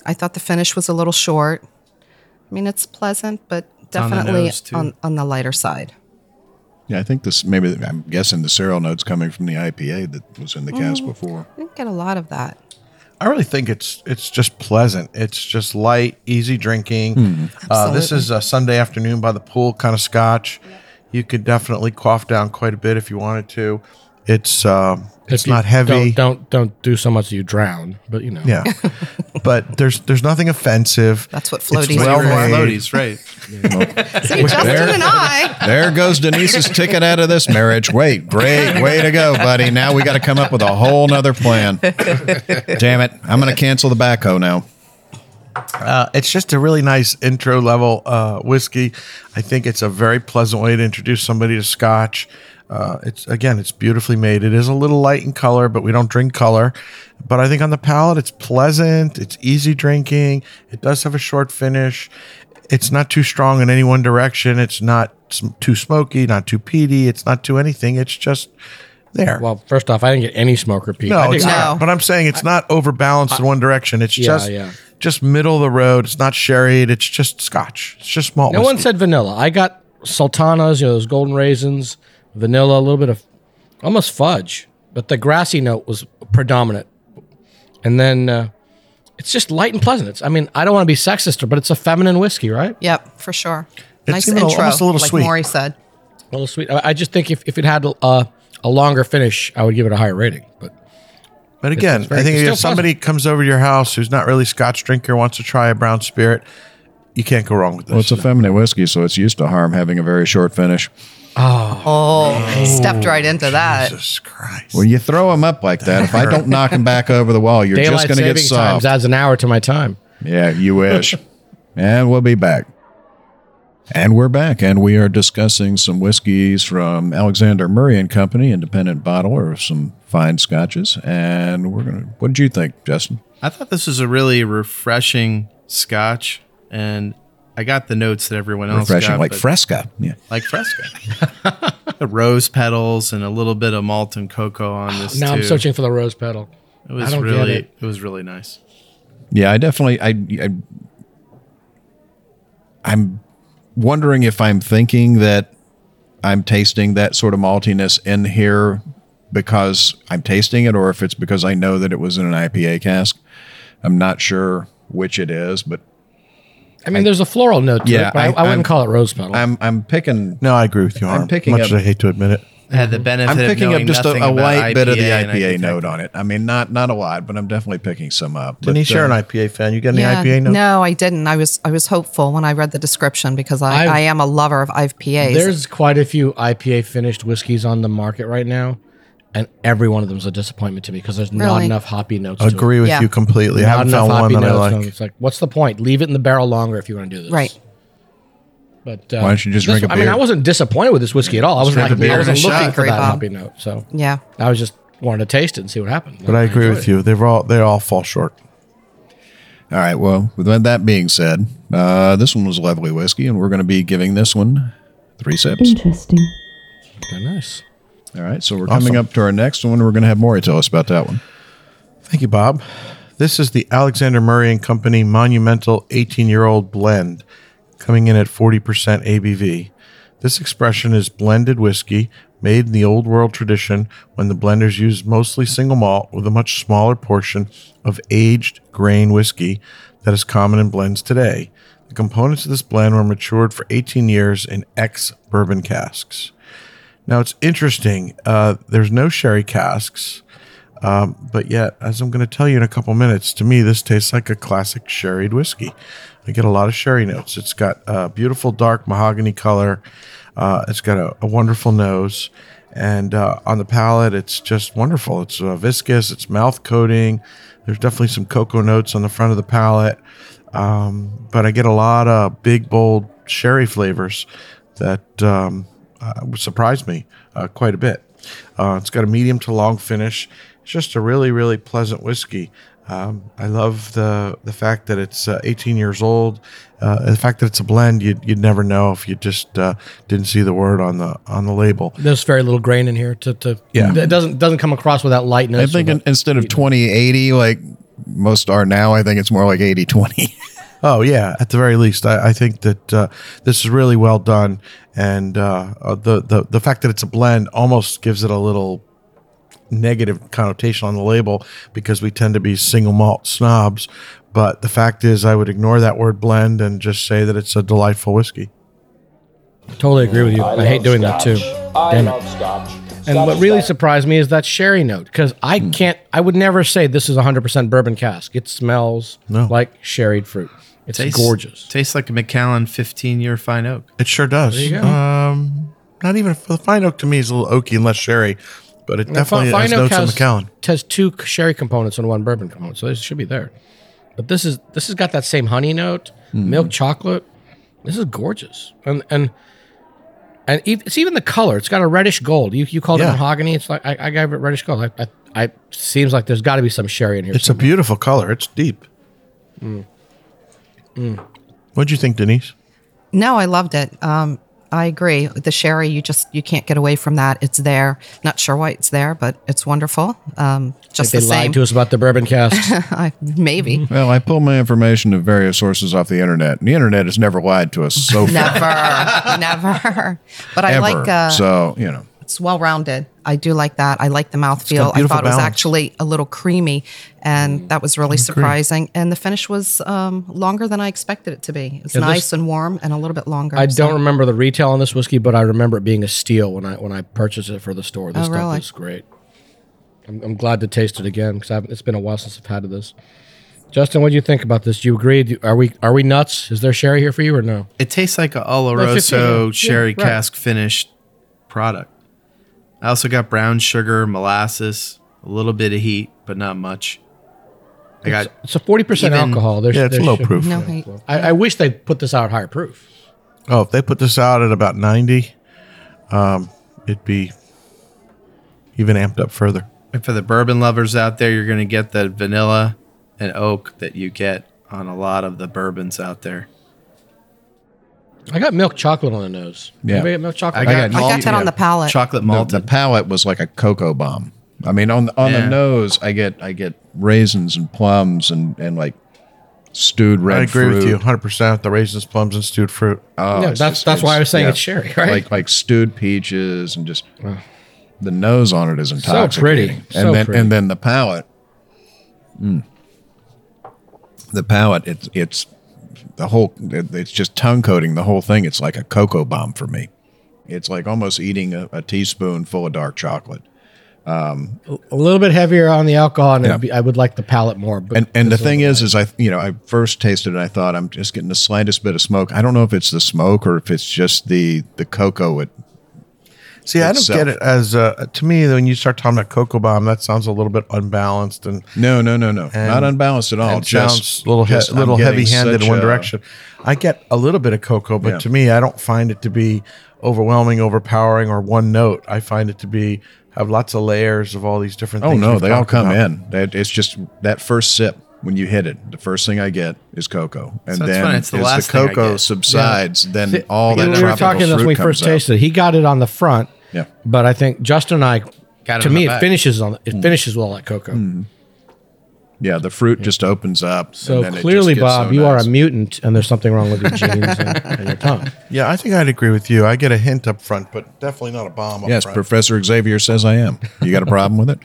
[SPEAKER 4] I thought the finish was a little short. I mean, it's pleasant, but
[SPEAKER 6] on the
[SPEAKER 4] definitely
[SPEAKER 6] nose, too.
[SPEAKER 4] on, on, the lighter side.
[SPEAKER 2] Yeah, I think this maybe I'm guessing the cereal notes coming from the IPA that was in the cast before.
[SPEAKER 4] I didn't get a lot of
[SPEAKER 6] <laughs>
[SPEAKER 4] that.
[SPEAKER 5] I really think it's it's just pleasant. It's just light, easy drinking.
[SPEAKER 3] Hmm.
[SPEAKER 5] Uh, this is a Sunday afternoon by the pool kind of scotch. You could definitely quaff down quite a bit if you wanted to. It's um, it's
[SPEAKER 3] If you
[SPEAKER 5] not heavy.
[SPEAKER 3] Don't, don't don't do so much that you drown. But you know. <laughs>
[SPEAKER 5] Yeah, but there's there's nothing offensive.
[SPEAKER 4] That's what
[SPEAKER 5] It's
[SPEAKER 4] floaties
[SPEAKER 5] well
[SPEAKER 4] are for.
[SPEAKER 5] made.
[SPEAKER 6] Floaties, right.
[SPEAKER 4] See, Justin
[SPEAKER 2] there-
[SPEAKER 4] and
[SPEAKER 6] <laughs>
[SPEAKER 4] I.
[SPEAKER 2] There goes Denise's ticket out of this marriage. Wait, great way to go, buddy. Now we got to come up with a whole nother plan. Damn it. I'm going to cancel the backhoe now.
[SPEAKER 5] Uh, it's just a really nice intro level uh, whiskey. I think it's a very pleasant way to introduce somebody to Scotch. Uh, it's again, it's beautifully made. It is a little light in color, but we don't drink color. But I think on the palate, it's pleasant. It's easy drinking. It does have a short finish. It's not too strong in any one direction. It's not sm- too smoky, not too peaty. It's not too anything. It's just there.
[SPEAKER 3] Well, first off, I didn't get any smoker peat. I
[SPEAKER 5] No,
[SPEAKER 3] didn't-
[SPEAKER 5] it's not.
[SPEAKER 4] No.
[SPEAKER 5] But I'm saying it's not overbalanced in one direction. It's
[SPEAKER 3] Yeah,
[SPEAKER 5] just
[SPEAKER 3] yeah.
[SPEAKER 5] just middle of the road. It's not sherried. It's just scotch. It's just malt.
[SPEAKER 3] No one
[SPEAKER 5] whiskey.
[SPEAKER 3] said vanilla. I got sultanas, you know, those golden raisins, vanilla, a little bit of almost fudge, but the grassy note was predominant. And then uh, it's just light and pleasant. It's, I mean, I don't want to be sexist, but it's a feminine whiskey, right?
[SPEAKER 4] Yep, for sure. nice
[SPEAKER 5] even a-
[SPEAKER 4] intro,
[SPEAKER 5] almost a little
[SPEAKER 4] like
[SPEAKER 5] sweet.
[SPEAKER 4] Maury said.
[SPEAKER 3] A little sweet. I, I just think if, if it had uh, a longer finish, I would give it a higher rating. But
[SPEAKER 5] But again,
[SPEAKER 3] it's very-
[SPEAKER 5] I think
[SPEAKER 3] it's
[SPEAKER 5] if
[SPEAKER 3] still
[SPEAKER 5] somebody comes over to your house who's not really scotch drinker wants to try a brown spirit, you can't go wrong with this.
[SPEAKER 2] Well, it's a feminine whiskey, so it's used to harm having a very short finish.
[SPEAKER 4] Oh, stepped right into that.
[SPEAKER 5] Oh, Jesus Christ.
[SPEAKER 2] When you throw them up like that, if I don't knock them back over the wall, you're just
[SPEAKER 3] daylight
[SPEAKER 2] going to get
[SPEAKER 3] saving times
[SPEAKER 2] soft.
[SPEAKER 3] adds an hour to my time.
[SPEAKER 2] Yeah, you wish. and we'll be back. And we're back, and we are discussing some whiskeys from Alexander Murray and Company, independent bottler of some fine scotches. And we're gonna. What did you think, Justin?
[SPEAKER 6] I thought this was a really refreshing scotch, and I got the notes that everyone else
[SPEAKER 2] Refreshing,
[SPEAKER 6] got,
[SPEAKER 2] like
[SPEAKER 6] but-
[SPEAKER 2] Fresca. Yeah,
[SPEAKER 6] like fresca, <laughs> the rose petals, and a little bit of malt and
[SPEAKER 2] <sighs>
[SPEAKER 6] cocoa on this.
[SPEAKER 3] Now
[SPEAKER 6] too.
[SPEAKER 3] I'm searching for the rose petal.
[SPEAKER 6] It
[SPEAKER 3] I
[SPEAKER 6] was
[SPEAKER 3] don't get
[SPEAKER 6] really,
[SPEAKER 3] it.
[SPEAKER 6] was really nice.
[SPEAKER 2] yeah. I definitely. I, I. I'm wondering if I'm thinking that I'm tasting that sort of maltiness in here because I'm tasting it, or if it's because I know that it was in an IPA cask. I'm not sure which it is, but
[SPEAKER 3] I mean, there's a floral note to
[SPEAKER 2] Yeah,
[SPEAKER 3] it, but I,
[SPEAKER 2] I-
[SPEAKER 3] I wouldn't
[SPEAKER 2] I'm-
[SPEAKER 3] call it rose petal.
[SPEAKER 2] I'm I'm picking
[SPEAKER 5] no, I agree with you, Harm.
[SPEAKER 2] picking
[SPEAKER 5] Much
[SPEAKER 2] up-
[SPEAKER 5] as I hate to admit it.
[SPEAKER 6] I had the benefit.
[SPEAKER 2] Mm-hmm. I'm
[SPEAKER 6] of
[SPEAKER 2] picking up
[SPEAKER 6] knowing
[SPEAKER 2] just a,
[SPEAKER 6] nothing
[SPEAKER 2] a
[SPEAKER 6] about
[SPEAKER 2] light bit of the
[SPEAKER 6] and I
[SPEAKER 2] IPA
[SPEAKER 6] could
[SPEAKER 2] note
[SPEAKER 6] tell-
[SPEAKER 2] on it. I mean, not not a lot, but I'm definitely picking some up. But,
[SPEAKER 5] Denise,
[SPEAKER 2] uh,
[SPEAKER 5] you're an IPA fan. You got any
[SPEAKER 4] Yeah,
[SPEAKER 5] IPA? No.
[SPEAKER 4] No, I didn't. I was I was hopeful when I read the description because I,
[SPEAKER 3] I've-
[SPEAKER 4] I am a lover of IPAs.
[SPEAKER 3] There's quite a few IPA finished whiskeys on the market right now, and every one of them is a disappointment to me because there's not
[SPEAKER 4] Really?
[SPEAKER 3] enough hoppy notes.
[SPEAKER 5] Agree with
[SPEAKER 4] Yeah.
[SPEAKER 5] you completely.
[SPEAKER 3] To it.
[SPEAKER 5] I
[SPEAKER 3] Not
[SPEAKER 5] haven't
[SPEAKER 3] enough
[SPEAKER 5] found one
[SPEAKER 3] hoppy
[SPEAKER 5] that I
[SPEAKER 3] notes.
[SPEAKER 5] like.
[SPEAKER 3] and It's like, what's the point? Leave it in the barrel longer if you want to do this,
[SPEAKER 4] Right.
[SPEAKER 3] But uh,
[SPEAKER 2] Why don't you just
[SPEAKER 3] this-
[SPEAKER 2] drink a
[SPEAKER 3] I mean,
[SPEAKER 2] beer?
[SPEAKER 3] I wasn't disappointed with this whiskey at all. I was like,
[SPEAKER 6] drink a beer
[SPEAKER 3] I wasn't
[SPEAKER 6] and a
[SPEAKER 3] looking
[SPEAKER 6] shot.
[SPEAKER 3] for
[SPEAKER 4] Agree,
[SPEAKER 3] that
[SPEAKER 4] Bob.
[SPEAKER 3] hoppy note. So
[SPEAKER 4] yeah.
[SPEAKER 3] I was just wanted to taste it and see what happened.
[SPEAKER 5] But I agree with you. They've all they all fall short.
[SPEAKER 2] all right. Well, with that being said, uh, this one was lovely whiskey, and we're going to be giving this one three sips.
[SPEAKER 8] Interesting.
[SPEAKER 3] Very nice.
[SPEAKER 2] All right. So we're coming up to our next one. We're going to have Maury tell us about that one.
[SPEAKER 5] Thank you, Bob. This is the Alexander Murray and Company Monumental 18 year old blend, coming in at 40% ABV. This expression is blended whiskey made in the old world tradition when the blenders used mostly single malt with a much smaller portion of aged grain whiskey that is common in blends today. The components of this blend were matured for 18 years in ex bourbon casks. Now it's interesting. Uh, there's no sherry casks, um, but yet, as I'm going to tell you in a couple minutes, to me this tastes like a classic sherried whiskey. I get a lot of sherry notes. It's got a beautiful dark mahogany color. Uh, it's got a, a wonderful nose, and uh, on the palate, it's just wonderful. It's uh, viscous. It's mouth coating. There's definitely some cocoa notes on the front of the palate, um, but I get a lot of big bold sherry flavors that um, uh, surprised me uh, quite a bit. Uh, it's got a medium to long finish. It's just a really, really pleasant whiskey. Um, I love the the fact that it's uh, 18 years old. Uh, and the fact that it's a blend, you'd, you'd never know if you just uh, didn't see the word on the on the label.
[SPEAKER 3] There's very little grain in here to, to
[SPEAKER 5] Yeah.
[SPEAKER 3] It doesn't doesn't come across without lightness.
[SPEAKER 2] I think
[SPEAKER 3] or
[SPEAKER 2] in, instead of 2080, like most are now, I think it's more like 80 20. <laughs>
[SPEAKER 5] Oh yeah, at the very least, I, I think that uh, this is really well done, and uh, uh, the the the fact that it's a blend almost gives it a little negative connotation on the label because we tend to be single malt snobs. But the fact is, I would ignore that word blend and just say that it's a delightful whiskey.
[SPEAKER 3] Totally agree with you. I, hate doing that too. Damn it. And what really surprised me is that sherry note because I
[SPEAKER 5] Hmm.
[SPEAKER 3] can't. I would never say this is 100% bourbon cask. It smells like sherried fruit. It's gorgeous.
[SPEAKER 6] Tastes like a McAllen 15 year fine oak.
[SPEAKER 5] It sure does.
[SPEAKER 3] you go.
[SPEAKER 5] Um, not even the fine oak to me is a little oaky and less sherry, but it definitely
[SPEAKER 3] Fi-
[SPEAKER 5] has
[SPEAKER 3] Fine Oak
[SPEAKER 5] notes of Macallan.
[SPEAKER 3] has two sherry components and one bourbon component, so this should be there. But this is this has got that same honey note,
[SPEAKER 5] Hmm.
[SPEAKER 3] milk chocolate. This is gorgeous, and and and ev- it's even the color. It's got a reddish gold. You you called
[SPEAKER 5] Yeah.
[SPEAKER 3] it mahogany. It's like I, I gave it reddish gold. I, I, I seems like there's got to be some sherry in here.
[SPEAKER 5] It's a beautiful color. It's deep.
[SPEAKER 2] Mm.
[SPEAKER 5] What'd you think, Denise?
[SPEAKER 4] No, I loved it. Um, I agree. The sherry, you just you can't get away from that. It's there. Not sure why it's there, but it's wonderful. Um, just
[SPEAKER 3] they
[SPEAKER 4] the same.
[SPEAKER 3] lied to us about the bourbon cast.
[SPEAKER 4] <laughs> I- maybe
[SPEAKER 2] well, I pull my information of various sources off the internet, and the internet has never lied to us so
[SPEAKER 4] <laughs>
[SPEAKER 2] far.
[SPEAKER 4] never, never. <laughs> But I
[SPEAKER 2] ever.
[SPEAKER 4] like uh,
[SPEAKER 2] so, Oh, you know.
[SPEAKER 4] it's well rounded. I do like that. I like the mouthfeel. I
[SPEAKER 5] beautiful
[SPEAKER 4] thought it was
[SPEAKER 5] balance.
[SPEAKER 4] actually a little creamy, and that was really surprising. And the finish was um, longer than I expected it to be. It's nice and warm and a little bit longer.
[SPEAKER 3] I
[SPEAKER 4] so-
[SPEAKER 3] don't remember the retail on this whiskey, but I remember it being a steal when I when I purchased it for the store. This
[SPEAKER 4] Oh,
[SPEAKER 3] stuff
[SPEAKER 4] really?
[SPEAKER 3] is great. I'm, I'm glad to taste it again because it's been a while since I've had this. Justin, what do you think about this? Do you agree? Do- are we are we nuts? Is there sherry here for you or no?
[SPEAKER 6] It tastes like a
[SPEAKER 3] That's 15, yeah.
[SPEAKER 6] Oloroso
[SPEAKER 3] Yeah,
[SPEAKER 6] sherry
[SPEAKER 3] right.
[SPEAKER 6] cask finished product. I also got brown sugar, molasses, a little bit of heat, but not much. I got
[SPEAKER 3] It's a forty percent
[SPEAKER 6] Even-
[SPEAKER 3] alcohol. There's,
[SPEAKER 5] Yeah, it's
[SPEAKER 3] there's
[SPEAKER 5] low
[SPEAKER 3] sher-
[SPEAKER 5] proof.
[SPEAKER 4] No, I-
[SPEAKER 3] I, I wish they put this out higher proof.
[SPEAKER 5] Oh, if they put this out at about 90, um, it'd be even amped up further.
[SPEAKER 6] And for the bourbon lovers out there, you're going to get the vanilla and oak that you get on a lot of the bourbons out there.
[SPEAKER 3] I got milk chocolate on the nose.
[SPEAKER 2] Yeah.
[SPEAKER 3] Anybody got milk chocolate.
[SPEAKER 4] I got that on the palate.
[SPEAKER 6] Chocolate
[SPEAKER 2] The,
[SPEAKER 6] malt.
[SPEAKER 2] the palate was like a cocoa bomb. I mean, on on
[SPEAKER 6] Yeah.
[SPEAKER 2] the nose, I get I get raisins and plums and and like stewed red
[SPEAKER 5] I agree
[SPEAKER 2] fruit.
[SPEAKER 5] with you 100% with the raisins, plums, and stewed fruit.
[SPEAKER 2] Oh,
[SPEAKER 3] Yeah,
[SPEAKER 2] it's
[SPEAKER 3] that's-
[SPEAKER 2] just-
[SPEAKER 3] that's why
[SPEAKER 2] it's-
[SPEAKER 3] I was saying it's sherry, right?
[SPEAKER 2] Like like stewed peaches and just the nose on it is intoxicating.
[SPEAKER 3] pretty,
[SPEAKER 2] and
[SPEAKER 3] so
[SPEAKER 2] then
[SPEAKER 3] pretty.
[SPEAKER 2] and then the palate. Mm. the palate, it's it's the whole. it- it's just tongue coating the whole thing. It's like a cocoa bomb for me. It's like almost eating a, a teaspoon full of dark chocolate.
[SPEAKER 3] a little bit heavier on the alcohol, and it'd
[SPEAKER 2] Yeah.
[SPEAKER 3] be, I would like the palate more. But
[SPEAKER 2] And and the
[SPEAKER 3] this
[SPEAKER 2] thing is, is I you know I first tasted it, I thought I'm just getting the slightest bit of smoke. I don't know if it's the smoke or if it's just the the cocoa. It,
[SPEAKER 5] See, I
[SPEAKER 2] itself.
[SPEAKER 5] don't get it as uh, to me when you start talking about Cocoa Bomb, that sounds a little bit unbalanced and
[SPEAKER 2] no, no, no, no, not unbalanced at all.
[SPEAKER 5] and sounds a little he-
[SPEAKER 2] Oh, just I'm
[SPEAKER 5] little
[SPEAKER 2] getting
[SPEAKER 5] heavy handed in
[SPEAKER 2] such
[SPEAKER 5] one
[SPEAKER 2] a-
[SPEAKER 5] direction. I get a little bit of cocoa, but
[SPEAKER 2] Yeah.
[SPEAKER 5] to me, I don't find it to be overwhelming, overpowering, or one note. I find it to be have lots of layers of all these different.
[SPEAKER 2] Oh
[SPEAKER 5] things
[SPEAKER 2] no,
[SPEAKER 5] we've
[SPEAKER 2] they all
[SPEAKER 5] talked
[SPEAKER 2] come
[SPEAKER 5] about.
[SPEAKER 2] in. That it's just that first sip when you hit it. The first thing I get is cocoa, and
[SPEAKER 6] So that's
[SPEAKER 2] then
[SPEAKER 6] funny, it's the
[SPEAKER 2] as
[SPEAKER 6] last
[SPEAKER 2] the
[SPEAKER 6] thing I
[SPEAKER 2] cocoa
[SPEAKER 6] get.
[SPEAKER 2] subsides, then
[SPEAKER 3] Th-
[SPEAKER 2] all that
[SPEAKER 3] we
[SPEAKER 2] tropical
[SPEAKER 3] were talking
[SPEAKER 2] fruit
[SPEAKER 3] this when we
[SPEAKER 2] comes
[SPEAKER 3] first
[SPEAKER 2] out.
[SPEAKER 3] tasted it. He got it on the front.
[SPEAKER 2] Yeah.
[SPEAKER 3] But I think Justin and I
[SPEAKER 6] Got it
[SPEAKER 3] to
[SPEAKER 6] on
[SPEAKER 3] me
[SPEAKER 6] the
[SPEAKER 3] it
[SPEAKER 6] back.
[SPEAKER 3] finishes on
[SPEAKER 2] Mm.
[SPEAKER 3] it finishes with all that cocoa.
[SPEAKER 2] Yeah, the fruit just opens up.
[SPEAKER 3] So
[SPEAKER 2] and then it just
[SPEAKER 3] clearly,
[SPEAKER 2] gets
[SPEAKER 3] Bob,
[SPEAKER 2] so
[SPEAKER 3] you are
[SPEAKER 2] nice.
[SPEAKER 3] a mutant and there's something wrong with your genes and, and
[SPEAKER 2] <laughs>
[SPEAKER 3] your tongue.
[SPEAKER 5] Yeah, I think I'd agree with you. I get a hint up front, but definitely not a bomb. Up
[SPEAKER 2] Yes,
[SPEAKER 5] front.
[SPEAKER 2] Professor Xavier says I am. You got a problem with it?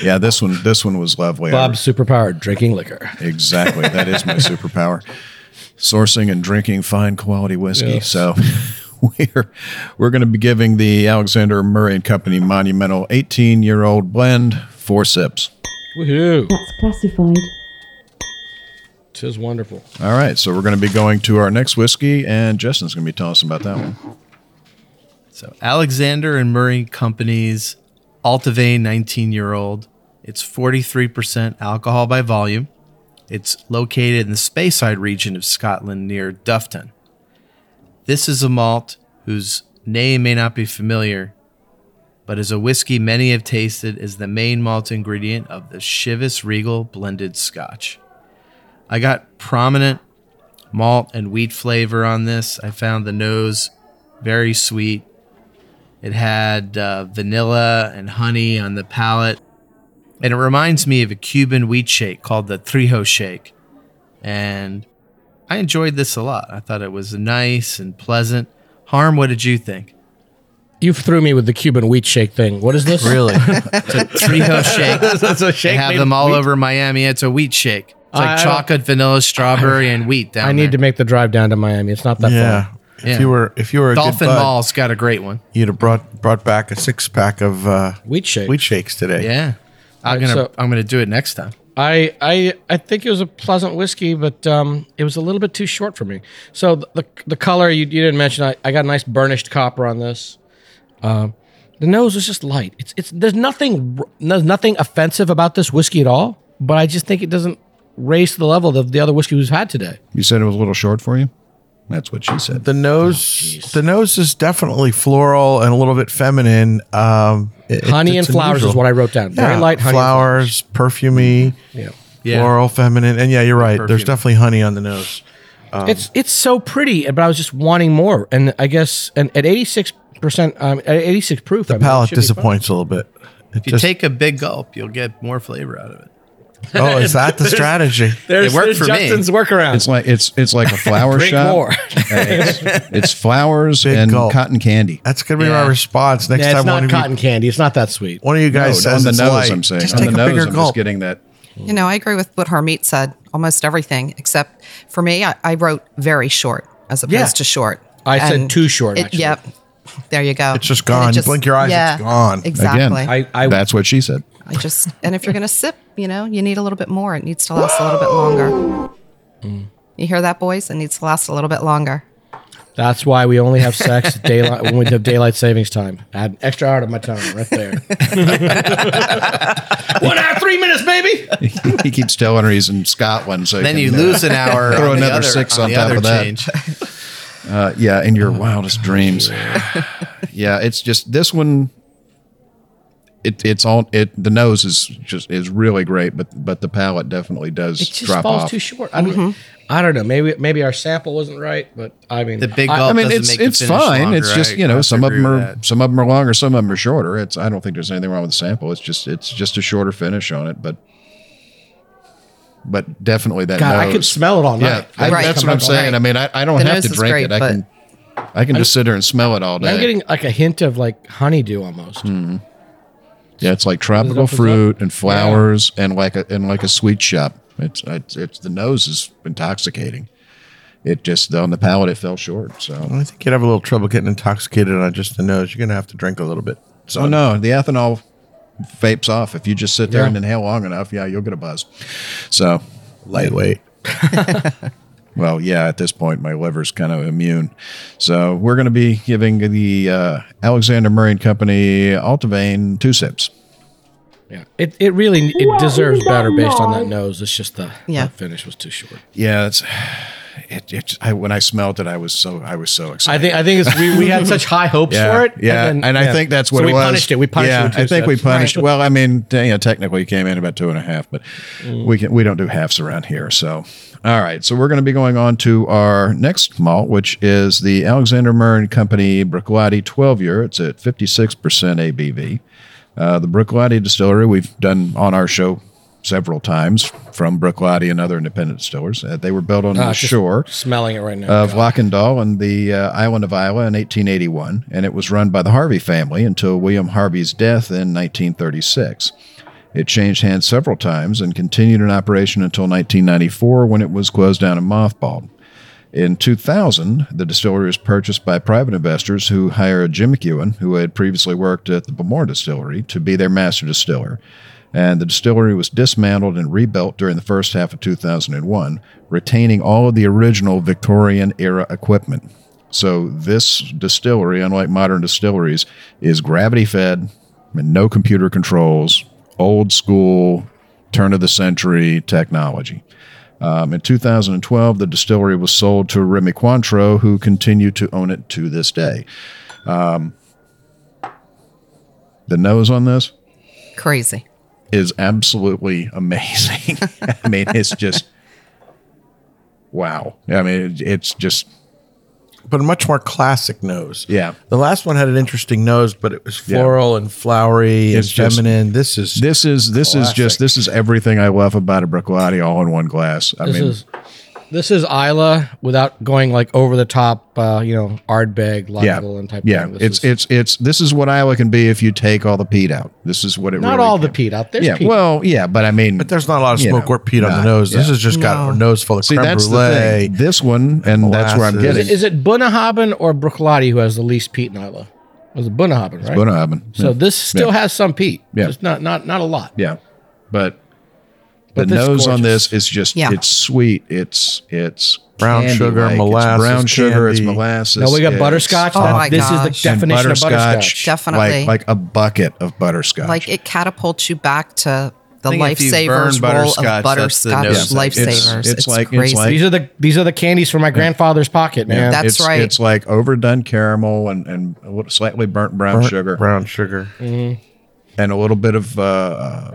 [SPEAKER 2] Yeah, this one this one was lovely. I-
[SPEAKER 3] Bob's superpower drinking liquor.
[SPEAKER 2] exactly. That is my superpower. Sourcing and drinking fine quality whiskey.
[SPEAKER 3] Yes.
[SPEAKER 2] So <laughs> we're we're going to be giving the Alexander Murray and Company monumental 18 year old blend four sips.
[SPEAKER 3] Woohoo!
[SPEAKER 8] That's classified.
[SPEAKER 3] Tis wonderful.
[SPEAKER 2] All right, so we're going to be going to our next whiskey, and Justin's going to be telling us about that one.
[SPEAKER 6] So Alexander and Murray Company's Altavane 19 year old. It's 43% alcohol by volume. It's located in the Speyside region of Scotland near Dufton. This is a malt whose name may not be familiar, but is a whiskey many have tasted as the main malt ingredient of the Chivas Regal blended scotch. I got prominent malt and wheat flavor on this. I found the nose very sweet. It had uh, vanilla and honey on the palate. And it reminds me of a Cuban wheat shake called the Trijo Shake. And I enjoyed this a lot. I thought it was nice and pleasant. Harm, what did you think?
[SPEAKER 3] You threw me with the Cuban wheat shake thing. What is this?
[SPEAKER 6] Really? it's a
[SPEAKER 3] <laughs>
[SPEAKER 6] Trijo Shake.
[SPEAKER 5] That's a shake.
[SPEAKER 6] They have them all over Miami. It's a wheat shake. It's
[SPEAKER 3] I- I
[SPEAKER 6] like
[SPEAKER 3] don't-
[SPEAKER 6] chocolate, vanilla, strawberry, and wheat
[SPEAKER 3] <laughs>
[SPEAKER 6] down
[SPEAKER 3] I need to make the drive down to Miami. It's not that
[SPEAKER 5] Yeah.
[SPEAKER 3] far.
[SPEAKER 6] Yeah.
[SPEAKER 5] If you were if you were a
[SPEAKER 6] Dolphin
[SPEAKER 5] good bud,
[SPEAKER 6] Mall's got a great one.
[SPEAKER 5] you'd have brought brought back a six pack of uh,
[SPEAKER 3] Wheat shake.
[SPEAKER 5] wheat shakes today.
[SPEAKER 6] Yeah. I'm
[SPEAKER 3] Right,
[SPEAKER 6] gonna
[SPEAKER 3] so-
[SPEAKER 6] I'm gonna do it next time.
[SPEAKER 3] I, I I think it was a pleasant whiskey, but um, it was a little bit too short for me. So the the, the color you, you didn't mention. I, I got a nice burnished copper on this. Um, the nose was just light. It's it's there's nothing r- there's nothing offensive about this whiskey at all. But I just think it doesn't raise to the level of the other whiskey we've had today.
[SPEAKER 2] You said it was a little short for you? That's what she said.
[SPEAKER 5] The nose the nose is definitely floral and a little bit feminine. Um, it-
[SPEAKER 3] honey and
[SPEAKER 5] it's
[SPEAKER 3] flowers
[SPEAKER 5] unusual.
[SPEAKER 3] is what I wrote down. Very
[SPEAKER 5] Yeah,
[SPEAKER 3] light honey. and
[SPEAKER 5] flowers, perfumey,
[SPEAKER 6] Yeah.
[SPEAKER 5] floral, feminine, and yeah, you're right. There's
[SPEAKER 6] Perfume.
[SPEAKER 5] definitely honey on the nose. um,
[SPEAKER 3] it's it's so pretty, but I was just wanting more. And I guess and at eighty six percent, um, at eighty six proof, the
[SPEAKER 5] Palate disappoints a little bit. It
[SPEAKER 6] If you
[SPEAKER 5] just-
[SPEAKER 6] take a big gulp, you'll get more flavor out of it.
[SPEAKER 5] oh, is that the strategy?
[SPEAKER 3] There's,
[SPEAKER 6] It worked
[SPEAKER 3] there's
[SPEAKER 6] for me.
[SPEAKER 3] Justin's workaround.
[SPEAKER 2] It's like it's it's like a flower
[SPEAKER 3] <laughs> Drink
[SPEAKER 2] shop.
[SPEAKER 3] more.
[SPEAKER 2] it's, <laughs> it's flowers
[SPEAKER 5] Big
[SPEAKER 2] and
[SPEAKER 5] gulp.
[SPEAKER 2] cotton candy.
[SPEAKER 5] That's gonna be
[SPEAKER 6] Yeah.
[SPEAKER 5] my response next
[SPEAKER 3] Yeah, it's
[SPEAKER 5] time.
[SPEAKER 3] not
[SPEAKER 5] One of,
[SPEAKER 3] cotton
[SPEAKER 5] you,
[SPEAKER 3] candy. It's not that sweet.
[SPEAKER 5] one of you
[SPEAKER 2] No,
[SPEAKER 5] guys
[SPEAKER 2] on
[SPEAKER 5] says
[SPEAKER 2] the
[SPEAKER 5] it's
[SPEAKER 2] nose,
[SPEAKER 5] light.
[SPEAKER 2] I'm saying.
[SPEAKER 5] Just
[SPEAKER 2] on
[SPEAKER 5] take
[SPEAKER 2] the
[SPEAKER 5] a
[SPEAKER 2] nose,
[SPEAKER 5] bigger
[SPEAKER 2] I'm
[SPEAKER 5] gulp.
[SPEAKER 2] just getting that.
[SPEAKER 4] You know, I agree with what Harmeet said, almost everything, except for me, I, I wrote very short as opposed
[SPEAKER 3] Yeah.
[SPEAKER 4] to short.
[SPEAKER 3] I said too short,
[SPEAKER 4] it-
[SPEAKER 3] actually.
[SPEAKER 4] Yep. There you go.
[SPEAKER 5] It's just gone.
[SPEAKER 4] And it
[SPEAKER 5] You blink your eyes, it's gone.
[SPEAKER 2] Again,
[SPEAKER 4] Exactly.
[SPEAKER 2] I,
[SPEAKER 3] I- I-
[SPEAKER 2] that's what she said.
[SPEAKER 4] I just, and if you're going to sip, you know, you need a little bit more. It needs to last a little bit longer.
[SPEAKER 3] Mm.
[SPEAKER 4] You hear that, boys? It needs to last a little bit longer.
[SPEAKER 3] That's why we only have sex at daylight when we have daylight savings time. I had an extra hour of my time right <laughs> there. One hour, three minutes, baby.
[SPEAKER 2] he keeps telling her he's in Scotland, so he
[SPEAKER 6] Then
[SPEAKER 2] can,
[SPEAKER 6] you
[SPEAKER 2] uh,
[SPEAKER 6] lose an hour.
[SPEAKER 2] <laughs> throw
[SPEAKER 6] on the
[SPEAKER 2] another
[SPEAKER 6] other-
[SPEAKER 2] six on
[SPEAKER 6] the
[SPEAKER 2] top
[SPEAKER 6] other
[SPEAKER 2] of that.
[SPEAKER 6] change.
[SPEAKER 2] Uh, yeah, in your wildest dreams. yeah, it's just this one. It, it's all it. The nose is just is really great, but but the palate definitely does
[SPEAKER 3] It just
[SPEAKER 2] drop
[SPEAKER 3] falls
[SPEAKER 2] off.
[SPEAKER 3] too short. I don't, I don't know. Maybe maybe our sample wasn't right, but I mean,
[SPEAKER 6] The big
[SPEAKER 3] I-
[SPEAKER 6] gulp
[SPEAKER 2] I mean,
[SPEAKER 6] doesn't
[SPEAKER 2] it's
[SPEAKER 6] make the
[SPEAKER 2] it's
[SPEAKER 6] finish
[SPEAKER 2] fine.
[SPEAKER 6] longer.
[SPEAKER 2] it's just
[SPEAKER 6] I
[SPEAKER 2] you know
[SPEAKER 6] have to
[SPEAKER 2] some of
[SPEAKER 6] agree
[SPEAKER 2] them are
[SPEAKER 6] with that.
[SPEAKER 2] some of them are longer, some of them are shorter. It's I don't think there's anything wrong with the sample. It's just it's just a shorter finish on it, but but definitely that.
[SPEAKER 3] God, I
[SPEAKER 2] nose-
[SPEAKER 3] could smell it all
[SPEAKER 2] Yeah,
[SPEAKER 3] night.
[SPEAKER 2] I,
[SPEAKER 4] Right.
[SPEAKER 2] that's what I'm saying. I mean, I, I don't
[SPEAKER 4] The
[SPEAKER 2] have
[SPEAKER 4] nose
[SPEAKER 2] to
[SPEAKER 4] is
[SPEAKER 2] drink
[SPEAKER 4] great,
[SPEAKER 2] it. I
[SPEAKER 4] but-
[SPEAKER 2] can I can just sit there and smell it all day.
[SPEAKER 3] I'm getting like a hint of like honeydew almost.
[SPEAKER 2] Yeah, it's like tropical
[SPEAKER 3] opens up.
[SPEAKER 2] fruit and flowers and like a and like a sweet shop. It's it's, it's the nose is intoxicating. It just on the palate it fell short. So
[SPEAKER 5] <laughs> I think you'd have a little trouble getting intoxicated on just the nose. You're gonna have to drink a little bit. So
[SPEAKER 2] oh no, the ethanol vapes off if you just sit there
[SPEAKER 3] Yeah.
[SPEAKER 2] and inhale long enough. Yeah, you'll get a buzz. So <laughs>
[SPEAKER 5] lightweight.
[SPEAKER 2] well, yeah, at this point my liver's kind of immune. So we're going to be giving the uh, Alexander Murray and Company Altavane two sips.
[SPEAKER 3] Yeah, it, it really it deserves better based on that nose. It's just the
[SPEAKER 4] Yeah.
[SPEAKER 3] that finish was too short.
[SPEAKER 2] Yeah, that's <sighs> it. it I, when I smelled it, I was so I was so excited.
[SPEAKER 3] I think I think it's, we, we had such high hopes
[SPEAKER 2] yeah,
[SPEAKER 3] for it.
[SPEAKER 2] Yeah, and,
[SPEAKER 3] then-
[SPEAKER 2] I
[SPEAKER 3] yeah.
[SPEAKER 2] think that's what
[SPEAKER 3] so
[SPEAKER 2] it
[SPEAKER 3] we
[SPEAKER 2] was.
[SPEAKER 3] punished it. We punished
[SPEAKER 2] yeah,
[SPEAKER 3] it. with two
[SPEAKER 2] I think we
[SPEAKER 3] sips.
[SPEAKER 2] punished. Well, I mean, you know, technically, you came in about two and a half, but we can we don't do halves around here. So, all right. So we're going to be going on to our next malt, which is the Alexander Murray Company Brooklady 12 year. It's at 56 percent ABV. Uh, the Brooklady Distillery we've done on our show several times from Brooklady and other independent distillers. Uh, they were built on the
[SPEAKER 3] Ah, just
[SPEAKER 2] shore
[SPEAKER 3] Smelling it right now.
[SPEAKER 2] of
[SPEAKER 3] God.
[SPEAKER 2] Lockendall on the uh, island of Iowa in 1881, and it was run by the Harvey family until William Harvey's death in 1936. It changed hands several times and continued in operation until 1994 when it was closed down and mothballed. In 2000, the distillery was purchased by private investors who hired Jim McEwen, who had previously worked at the Bemore Distillery, to be their master distiller. And the distillery was dismantled and rebuilt during the first half of 2001, retaining all of the original Victorian era equipment. So, this distillery, unlike modern distilleries, is gravity fed and no computer controls, old school, turn of the century technology. Um, in 2012, the distillery was sold to Remy Cointreau, who continue to own it to this day. Um, The nose on this
[SPEAKER 4] Crazy.
[SPEAKER 2] is absolutely <laughs> amazing. I mean, it's just wow. I mean, it- it's just
[SPEAKER 5] but a much more classic nose.
[SPEAKER 2] Yeah.
[SPEAKER 5] The last one had an interesting nose, but it was floral and flowery
[SPEAKER 2] It's
[SPEAKER 5] and
[SPEAKER 2] just-
[SPEAKER 5] feminine. This is
[SPEAKER 2] this is this is just this is everything I love about a Bricklati all in one glass. I
[SPEAKER 3] This
[SPEAKER 2] mean,
[SPEAKER 3] is this is Isla without going like over the top, uh, you know, Ardbeg,
[SPEAKER 2] yeah,
[SPEAKER 3] Lagavulin type.
[SPEAKER 2] yeah.
[SPEAKER 3] thing. This
[SPEAKER 2] It's
[SPEAKER 3] is-
[SPEAKER 2] it's it's this is what Iowa can be if you take all the peat out. This is what it
[SPEAKER 3] not
[SPEAKER 2] really
[SPEAKER 3] all the
[SPEAKER 2] can-
[SPEAKER 3] peat out there.
[SPEAKER 2] Yeah, well, yeah, but I mean,
[SPEAKER 5] But there's not a lot of
[SPEAKER 2] you
[SPEAKER 5] smoke
[SPEAKER 2] know,
[SPEAKER 5] or peat on the
[SPEAKER 2] not-
[SPEAKER 5] nose. This
[SPEAKER 2] yeah.
[SPEAKER 5] has just got a nose full of
[SPEAKER 2] see
[SPEAKER 5] creme
[SPEAKER 2] that's
[SPEAKER 5] brulee.
[SPEAKER 2] the thing. This one, and that's where I'm
[SPEAKER 5] molasses.
[SPEAKER 2] getting
[SPEAKER 3] is it Bunahaben or Brooklotti who has the least peat in Isla? It was it Bunahaben, right?
[SPEAKER 2] Bonahaben.
[SPEAKER 3] So
[SPEAKER 2] Yeah.
[SPEAKER 3] this still
[SPEAKER 2] Yeah.
[SPEAKER 3] has some peat.
[SPEAKER 2] Yeah.
[SPEAKER 3] Just not not not a lot.
[SPEAKER 2] Yeah, but,
[SPEAKER 3] But
[SPEAKER 2] the
[SPEAKER 3] this is
[SPEAKER 2] nose on
[SPEAKER 3] gorgeous.
[SPEAKER 2] this is just
[SPEAKER 4] Yeah.
[SPEAKER 2] it's sweet. It's it's
[SPEAKER 5] Brown
[SPEAKER 2] candy-like.
[SPEAKER 5] sugar,
[SPEAKER 2] It's
[SPEAKER 5] molasses,
[SPEAKER 2] brown sugar, it's
[SPEAKER 5] candy.
[SPEAKER 2] molasses.
[SPEAKER 3] No, we got
[SPEAKER 2] it's-
[SPEAKER 3] butterscotch.
[SPEAKER 4] Oh
[SPEAKER 3] That-
[SPEAKER 4] my
[SPEAKER 3] this is
[SPEAKER 4] gosh.
[SPEAKER 3] the
[SPEAKER 2] and
[SPEAKER 3] definition of butterscotch.
[SPEAKER 4] Definitely.
[SPEAKER 2] like, like a bucket of butterscotch.
[SPEAKER 4] Like it catapults you back to the
[SPEAKER 6] I think if you
[SPEAKER 4] lifesavers
[SPEAKER 6] burn
[SPEAKER 4] role
[SPEAKER 6] butterscotch,
[SPEAKER 4] of
[SPEAKER 6] that's the
[SPEAKER 4] butterscotch
[SPEAKER 2] It's-
[SPEAKER 6] nose.
[SPEAKER 4] lifesavers.
[SPEAKER 2] it's
[SPEAKER 4] It's,
[SPEAKER 2] like- it's
[SPEAKER 4] crazy.
[SPEAKER 2] like-
[SPEAKER 3] These are the these are the candies from my grandfather's pocket, man.
[SPEAKER 4] That's
[SPEAKER 2] it's,
[SPEAKER 4] right.
[SPEAKER 2] It's like overdone caramel and and a little- slightly burnt brown
[SPEAKER 5] Burnt
[SPEAKER 2] sugar
[SPEAKER 5] Brown sugar.
[SPEAKER 2] and a little bit of. uh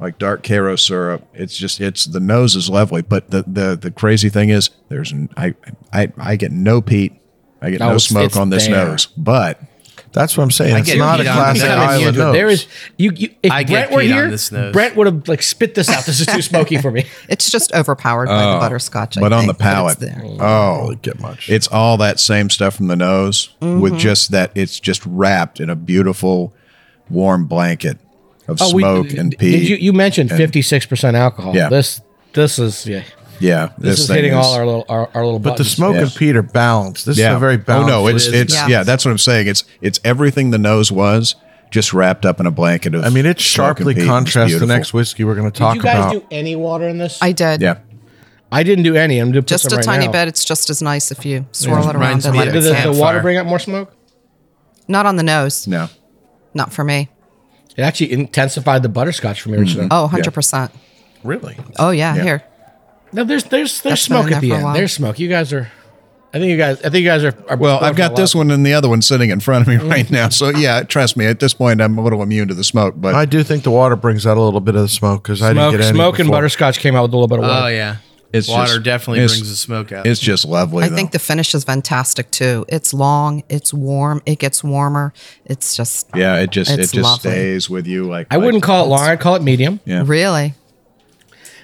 [SPEAKER 2] like dark Caro syrup, it's just it's the nose is lovely, but the the the crazy thing is there's n- I I I get no peat, I get
[SPEAKER 3] No,
[SPEAKER 2] no,
[SPEAKER 3] it's-
[SPEAKER 2] smoke
[SPEAKER 3] it's
[SPEAKER 2] on this
[SPEAKER 3] there.
[SPEAKER 2] nose, but
[SPEAKER 5] That's what I'm saying. It's
[SPEAKER 6] get
[SPEAKER 5] not a
[SPEAKER 6] peat on the
[SPEAKER 5] classic
[SPEAKER 6] nose.
[SPEAKER 5] island nose.
[SPEAKER 3] there is you. you if
[SPEAKER 6] I
[SPEAKER 3] Brent
[SPEAKER 6] get
[SPEAKER 3] were
[SPEAKER 6] peat on
[SPEAKER 3] here,
[SPEAKER 6] this nose.
[SPEAKER 3] Brent would have like spit this out. This is too smoky
[SPEAKER 2] <laughs>
[SPEAKER 3] for me.
[SPEAKER 4] It's just overpowered
[SPEAKER 5] Oh.
[SPEAKER 4] by the butterscotch. I
[SPEAKER 2] but on
[SPEAKER 4] think,
[SPEAKER 2] the
[SPEAKER 4] it's
[SPEAKER 2] palate,
[SPEAKER 4] there.
[SPEAKER 2] oh,
[SPEAKER 5] get much.
[SPEAKER 2] It's all that same stuff from the nose
[SPEAKER 3] Mm-hmm.
[SPEAKER 2] with just that it's just wrapped in a beautiful warm blanket of
[SPEAKER 3] Oh, we-
[SPEAKER 2] smoke and
[SPEAKER 3] did
[SPEAKER 2] pee.
[SPEAKER 3] You, you mentioned fifty six percent alcohol.
[SPEAKER 2] Yeah.
[SPEAKER 3] This this is yeah.
[SPEAKER 2] yeah,
[SPEAKER 3] This, is
[SPEAKER 2] thing
[SPEAKER 3] hitting all our little our, our little.
[SPEAKER 5] but the
[SPEAKER 3] buttons.
[SPEAKER 5] smoke
[SPEAKER 2] Yeah.
[SPEAKER 5] and peat are balanced. This
[SPEAKER 2] Yeah.
[SPEAKER 5] is a very
[SPEAKER 2] oh
[SPEAKER 5] balanced.
[SPEAKER 2] no, it's
[SPEAKER 5] whiskey.
[SPEAKER 2] it's yeah.
[SPEAKER 4] Yeah.
[SPEAKER 2] That's what I'm saying. It's it's everything the nose was, just wrapped up in a blanket of.
[SPEAKER 5] I mean,
[SPEAKER 2] smoke
[SPEAKER 5] it
[SPEAKER 2] and
[SPEAKER 5] sharply
[SPEAKER 2] pee. It's
[SPEAKER 5] contrasts the
[SPEAKER 2] beautiful.
[SPEAKER 5] next whiskey we're going to
[SPEAKER 3] Did
[SPEAKER 5] talk
[SPEAKER 3] you guys
[SPEAKER 5] about.
[SPEAKER 3] do any water in this?
[SPEAKER 4] I did.
[SPEAKER 2] Yeah,
[SPEAKER 3] I didn't do any. I'm gonna put
[SPEAKER 4] Just
[SPEAKER 3] some
[SPEAKER 4] a
[SPEAKER 3] right
[SPEAKER 4] tiny
[SPEAKER 3] now.
[SPEAKER 4] bit. It's just as nice if you swirl it around
[SPEAKER 6] Reminds
[SPEAKER 4] and
[SPEAKER 6] me
[SPEAKER 4] let
[SPEAKER 6] of
[SPEAKER 4] it
[SPEAKER 3] Did the,
[SPEAKER 4] sit.
[SPEAKER 3] the
[SPEAKER 6] Campfire.
[SPEAKER 3] water bring out more smoke?
[SPEAKER 4] Not on the nose.
[SPEAKER 2] no,
[SPEAKER 4] Not for me.
[SPEAKER 3] It actually intensified the butterscotch for me.
[SPEAKER 2] Mm-hmm.
[SPEAKER 3] Richard.
[SPEAKER 4] Oh, 100%.
[SPEAKER 5] Really?
[SPEAKER 4] Oh, yeah, Here.
[SPEAKER 3] No, there's there's there's
[SPEAKER 4] That's been in
[SPEAKER 3] smoke at
[SPEAKER 4] there
[SPEAKER 3] the
[SPEAKER 4] for a
[SPEAKER 3] end.
[SPEAKER 4] while.
[SPEAKER 3] There's smoke. You guys are. I think you guys. I think you guys are. are
[SPEAKER 2] Well,
[SPEAKER 3] going
[SPEAKER 2] I've
[SPEAKER 3] for a
[SPEAKER 2] got
[SPEAKER 3] lot.
[SPEAKER 2] this one and the other one sitting in front of me <laughs> right now. So yeah, trust me. At this point, I'm a little immune to the smoke, but
[SPEAKER 5] I do think the water brings out a little bit of the smoke because I
[SPEAKER 3] Smoke,
[SPEAKER 5] didn't get any
[SPEAKER 3] smoke, and
[SPEAKER 5] before.
[SPEAKER 3] butterscotch came out with a little bit of water.
[SPEAKER 6] Oh yeah,
[SPEAKER 2] It's
[SPEAKER 6] water
[SPEAKER 2] just-
[SPEAKER 6] definitely
[SPEAKER 2] it's-
[SPEAKER 6] brings the smoke out.
[SPEAKER 2] it's just lovely.
[SPEAKER 4] I think
[SPEAKER 2] though.
[SPEAKER 4] the finish is fantastic too. It's long, it's warm, it gets warmer. It's just
[SPEAKER 2] yeah, it just
[SPEAKER 4] It's
[SPEAKER 2] it just
[SPEAKER 4] lovely.
[SPEAKER 2] stays with you. Like
[SPEAKER 3] I wouldn't
[SPEAKER 2] like-
[SPEAKER 3] call it long. I'd call it medium
[SPEAKER 2] Yeah.
[SPEAKER 4] really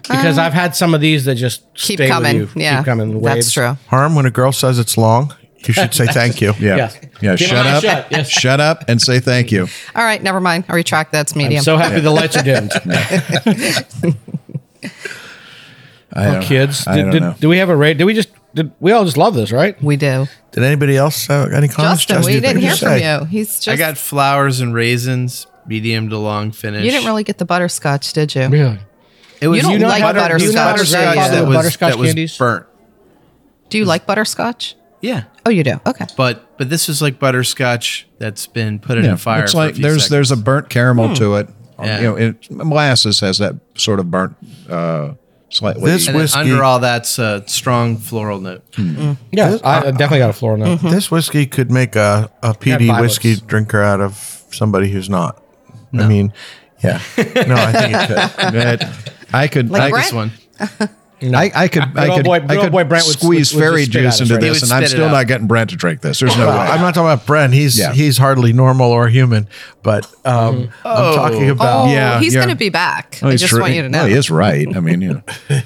[SPEAKER 3] because I've had some of these that just
[SPEAKER 4] keep
[SPEAKER 3] stay with
[SPEAKER 4] coming.
[SPEAKER 3] you,
[SPEAKER 4] yeah,
[SPEAKER 3] keep coming.
[SPEAKER 4] that's
[SPEAKER 3] Waves.
[SPEAKER 4] true.
[SPEAKER 5] Harm, when a girl says it's long, you
[SPEAKER 3] <laughs>
[SPEAKER 5] should say thank you.
[SPEAKER 2] Yeah.
[SPEAKER 3] Yes.
[SPEAKER 2] Yeah.
[SPEAKER 3] Keep
[SPEAKER 2] Shut
[SPEAKER 3] my
[SPEAKER 2] up.
[SPEAKER 3] shut, yes.
[SPEAKER 2] Shut up and say thank you.
[SPEAKER 4] All right, never mind. I retract. That's medium.
[SPEAKER 3] I'm so happy the lights are
[SPEAKER 4] <laughs>
[SPEAKER 3] dimmed.
[SPEAKER 2] I don't-
[SPEAKER 3] Kids,
[SPEAKER 2] I
[SPEAKER 3] did,
[SPEAKER 2] don't know.
[SPEAKER 3] did, do we have a rate? Did we just? Did we all just love this, right?
[SPEAKER 4] we do.
[SPEAKER 5] Did anybody else have any comments?
[SPEAKER 4] Justin, we
[SPEAKER 5] what
[SPEAKER 4] didn't
[SPEAKER 5] did
[SPEAKER 4] hear from
[SPEAKER 5] say?
[SPEAKER 4] you. He's just
[SPEAKER 6] I got flowers and raisins, medium to long finish.
[SPEAKER 4] you didn't really get the butterscotch, did you?
[SPEAKER 3] Really?
[SPEAKER 6] It was
[SPEAKER 4] You don't
[SPEAKER 6] know
[SPEAKER 4] like
[SPEAKER 6] butter-
[SPEAKER 4] butterscotch,
[SPEAKER 6] you know
[SPEAKER 4] do you?
[SPEAKER 6] butterscotch
[SPEAKER 4] Yeah.
[SPEAKER 6] that was
[SPEAKER 3] Butterscotch
[SPEAKER 6] that was
[SPEAKER 3] candies?
[SPEAKER 6] burnt.
[SPEAKER 4] Do you like butterscotch?
[SPEAKER 6] Yeah,
[SPEAKER 4] Oh, you do. Okay.
[SPEAKER 6] but but this is like butterscotch that's been put in
[SPEAKER 2] Yeah,
[SPEAKER 6] a fire.
[SPEAKER 2] It's
[SPEAKER 6] for a
[SPEAKER 2] like
[SPEAKER 6] few
[SPEAKER 2] there's
[SPEAKER 6] seconds.
[SPEAKER 2] there's a burnt caramel to it. Um,
[SPEAKER 6] Yeah.
[SPEAKER 2] You know, it, molasses has that sort of burnt, uh, slightly.
[SPEAKER 5] This
[SPEAKER 6] and then
[SPEAKER 5] whiskey.
[SPEAKER 6] under all that's a strong floral note.
[SPEAKER 3] Yeah, I
[SPEAKER 2] Uh,
[SPEAKER 3] definitely got a floor note.
[SPEAKER 4] Mm-hmm.
[SPEAKER 5] This whiskey could make a, a PD
[SPEAKER 3] violets.
[SPEAKER 5] whiskey drinker out of somebody who's not. I mean,
[SPEAKER 3] <laughs>
[SPEAKER 5] yeah. No, I think it could.
[SPEAKER 2] That- <laughs> I could
[SPEAKER 4] Like
[SPEAKER 2] I,
[SPEAKER 4] Brent?
[SPEAKER 6] This one.
[SPEAKER 2] I, I could I
[SPEAKER 3] old
[SPEAKER 2] could,
[SPEAKER 3] Oh, boy-
[SPEAKER 2] I
[SPEAKER 3] good old
[SPEAKER 2] could
[SPEAKER 3] boy Brent would
[SPEAKER 2] squeeze
[SPEAKER 3] sw- would just
[SPEAKER 2] fairy
[SPEAKER 3] spit at
[SPEAKER 2] juice
[SPEAKER 3] us
[SPEAKER 2] into this,
[SPEAKER 3] right
[SPEAKER 6] now.
[SPEAKER 2] and
[SPEAKER 6] He
[SPEAKER 2] I'm
[SPEAKER 6] would spit
[SPEAKER 2] still
[SPEAKER 6] it
[SPEAKER 2] not
[SPEAKER 6] out.
[SPEAKER 2] getting Brent to drink this. There's no way.
[SPEAKER 5] I'm not talking about Brent. He's
[SPEAKER 2] Yeah.
[SPEAKER 5] he's hardly normal or human, but um,
[SPEAKER 3] Mm-hmm.
[SPEAKER 5] I'm talking about.
[SPEAKER 4] Oh,
[SPEAKER 2] Yeah,
[SPEAKER 4] he's
[SPEAKER 2] yeah.
[SPEAKER 4] going to be back.
[SPEAKER 2] Oh,
[SPEAKER 4] I
[SPEAKER 2] he's
[SPEAKER 4] just
[SPEAKER 2] true.
[SPEAKER 4] want you to know.
[SPEAKER 2] No, he is right. I mean, you know.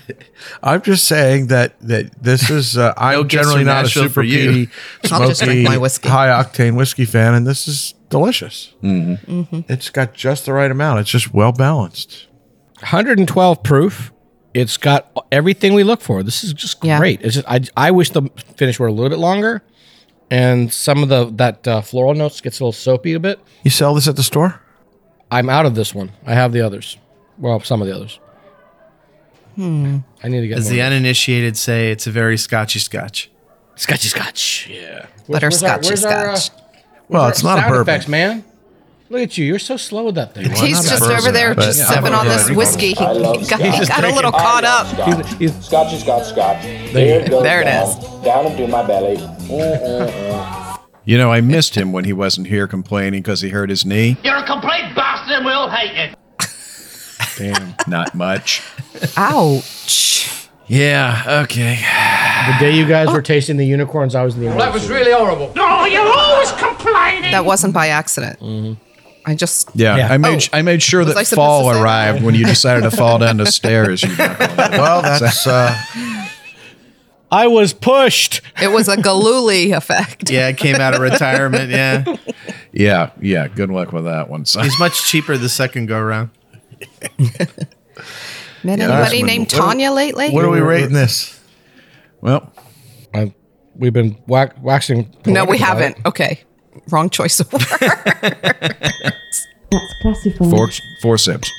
[SPEAKER 5] I'm just saying that that this is. Uh, I'm
[SPEAKER 6] gifts
[SPEAKER 5] generally
[SPEAKER 6] from
[SPEAKER 5] not a
[SPEAKER 6] Nashville
[SPEAKER 5] super
[SPEAKER 6] for you.
[SPEAKER 5] PD,
[SPEAKER 4] <laughs> I'll just drink
[SPEAKER 5] smoky,
[SPEAKER 4] my whiskey.
[SPEAKER 5] high octane whiskey fan, and this is delicious.
[SPEAKER 4] Mm-hmm.
[SPEAKER 5] It's got just the right amount. It's just well balanced.
[SPEAKER 3] 112 proof. It's got everything we look for. This is just
[SPEAKER 4] Yeah.
[SPEAKER 3] great. It's just I, I wish the finish were a little bit longer, and some of the that uh, floral notes gets a little soapy a bit.
[SPEAKER 5] You sell this at the store?
[SPEAKER 3] I'm out of this one. I have the others. Well, some of the others. Hmm. I need to get
[SPEAKER 6] As
[SPEAKER 3] more.
[SPEAKER 6] the uninitiated say, it's a very scotchy scotch.
[SPEAKER 3] scotchy scotch. Yeah.
[SPEAKER 4] Butterscotch is scotch.
[SPEAKER 5] Well, it's not a bourbon.
[SPEAKER 3] Effects, man. Look at you. You're so slow with that thing.
[SPEAKER 4] He's just
[SPEAKER 5] bourbon,
[SPEAKER 4] over there
[SPEAKER 5] but-
[SPEAKER 4] just
[SPEAKER 5] Yeah,
[SPEAKER 4] sipping
[SPEAKER 5] I
[SPEAKER 4] on this
[SPEAKER 5] love
[SPEAKER 4] whiskey. He got, he
[SPEAKER 3] just
[SPEAKER 4] got a little
[SPEAKER 3] drinking.
[SPEAKER 4] caught up.
[SPEAKER 3] He's- he's-
[SPEAKER 8] Scotchy, scotch, scotch.
[SPEAKER 3] There you
[SPEAKER 8] goes
[SPEAKER 4] There it
[SPEAKER 8] down,
[SPEAKER 4] is.
[SPEAKER 8] Down into my belly. Mm-mm-mm.
[SPEAKER 2] <laughs> You know, I missed him when he wasn't here complaining because he hurt his knee.
[SPEAKER 7] You're a complete bastard and we all hate you.
[SPEAKER 2] Damn. Not much.
[SPEAKER 4] Ouch.
[SPEAKER 2] Yeah, okay.
[SPEAKER 3] The day you guys were tasting the unicorns, I was in the
[SPEAKER 9] That was really horrible.
[SPEAKER 7] Oh, you're always complaining.
[SPEAKER 4] That wasn't by accident. I just
[SPEAKER 2] <laughs> Yeah,
[SPEAKER 3] Yeah.
[SPEAKER 2] I made I made sure
[SPEAKER 4] I
[SPEAKER 2] that
[SPEAKER 4] supposed
[SPEAKER 2] fall
[SPEAKER 4] to say that?
[SPEAKER 2] arrived when you decided to fall down the stairs. You knucklehead. <laughs>
[SPEAKER 6] Well, that's uh,
[SPEAKER 3] I was pushed.
[SPEAKER 4] it was a galooly effect.
[SPEAKER 10] Yeah, it came out of retirement. Yeah.
[SPEAKER 2] yeah, yeah. Good luck with that one. son.
[SPEAKER 10] It's much cheaper the second go round.
[SPEAKER 4] Met
[SPEAKER 6] that's
[SPEAKER 4] anybody
[SPEAKER 6] when-
[SPEAKER 4] named
[SPEAKER 6] what do-
[SPEAKER 4] Tanya lately?
[SPEAKER 6] what are we rating this?
[SPEAKER 2] well,
[SPEAKER 3] I, we've been wax, waxing. poetic
[SPEAKER 4] no, we
[SPEAKER 3] about it.
[SPEAKER 4] haven't. Okay. Wrong choice of <laughs> word.
[SPEAKER 11] That's classified.
[SPEAKER 2] four four sips.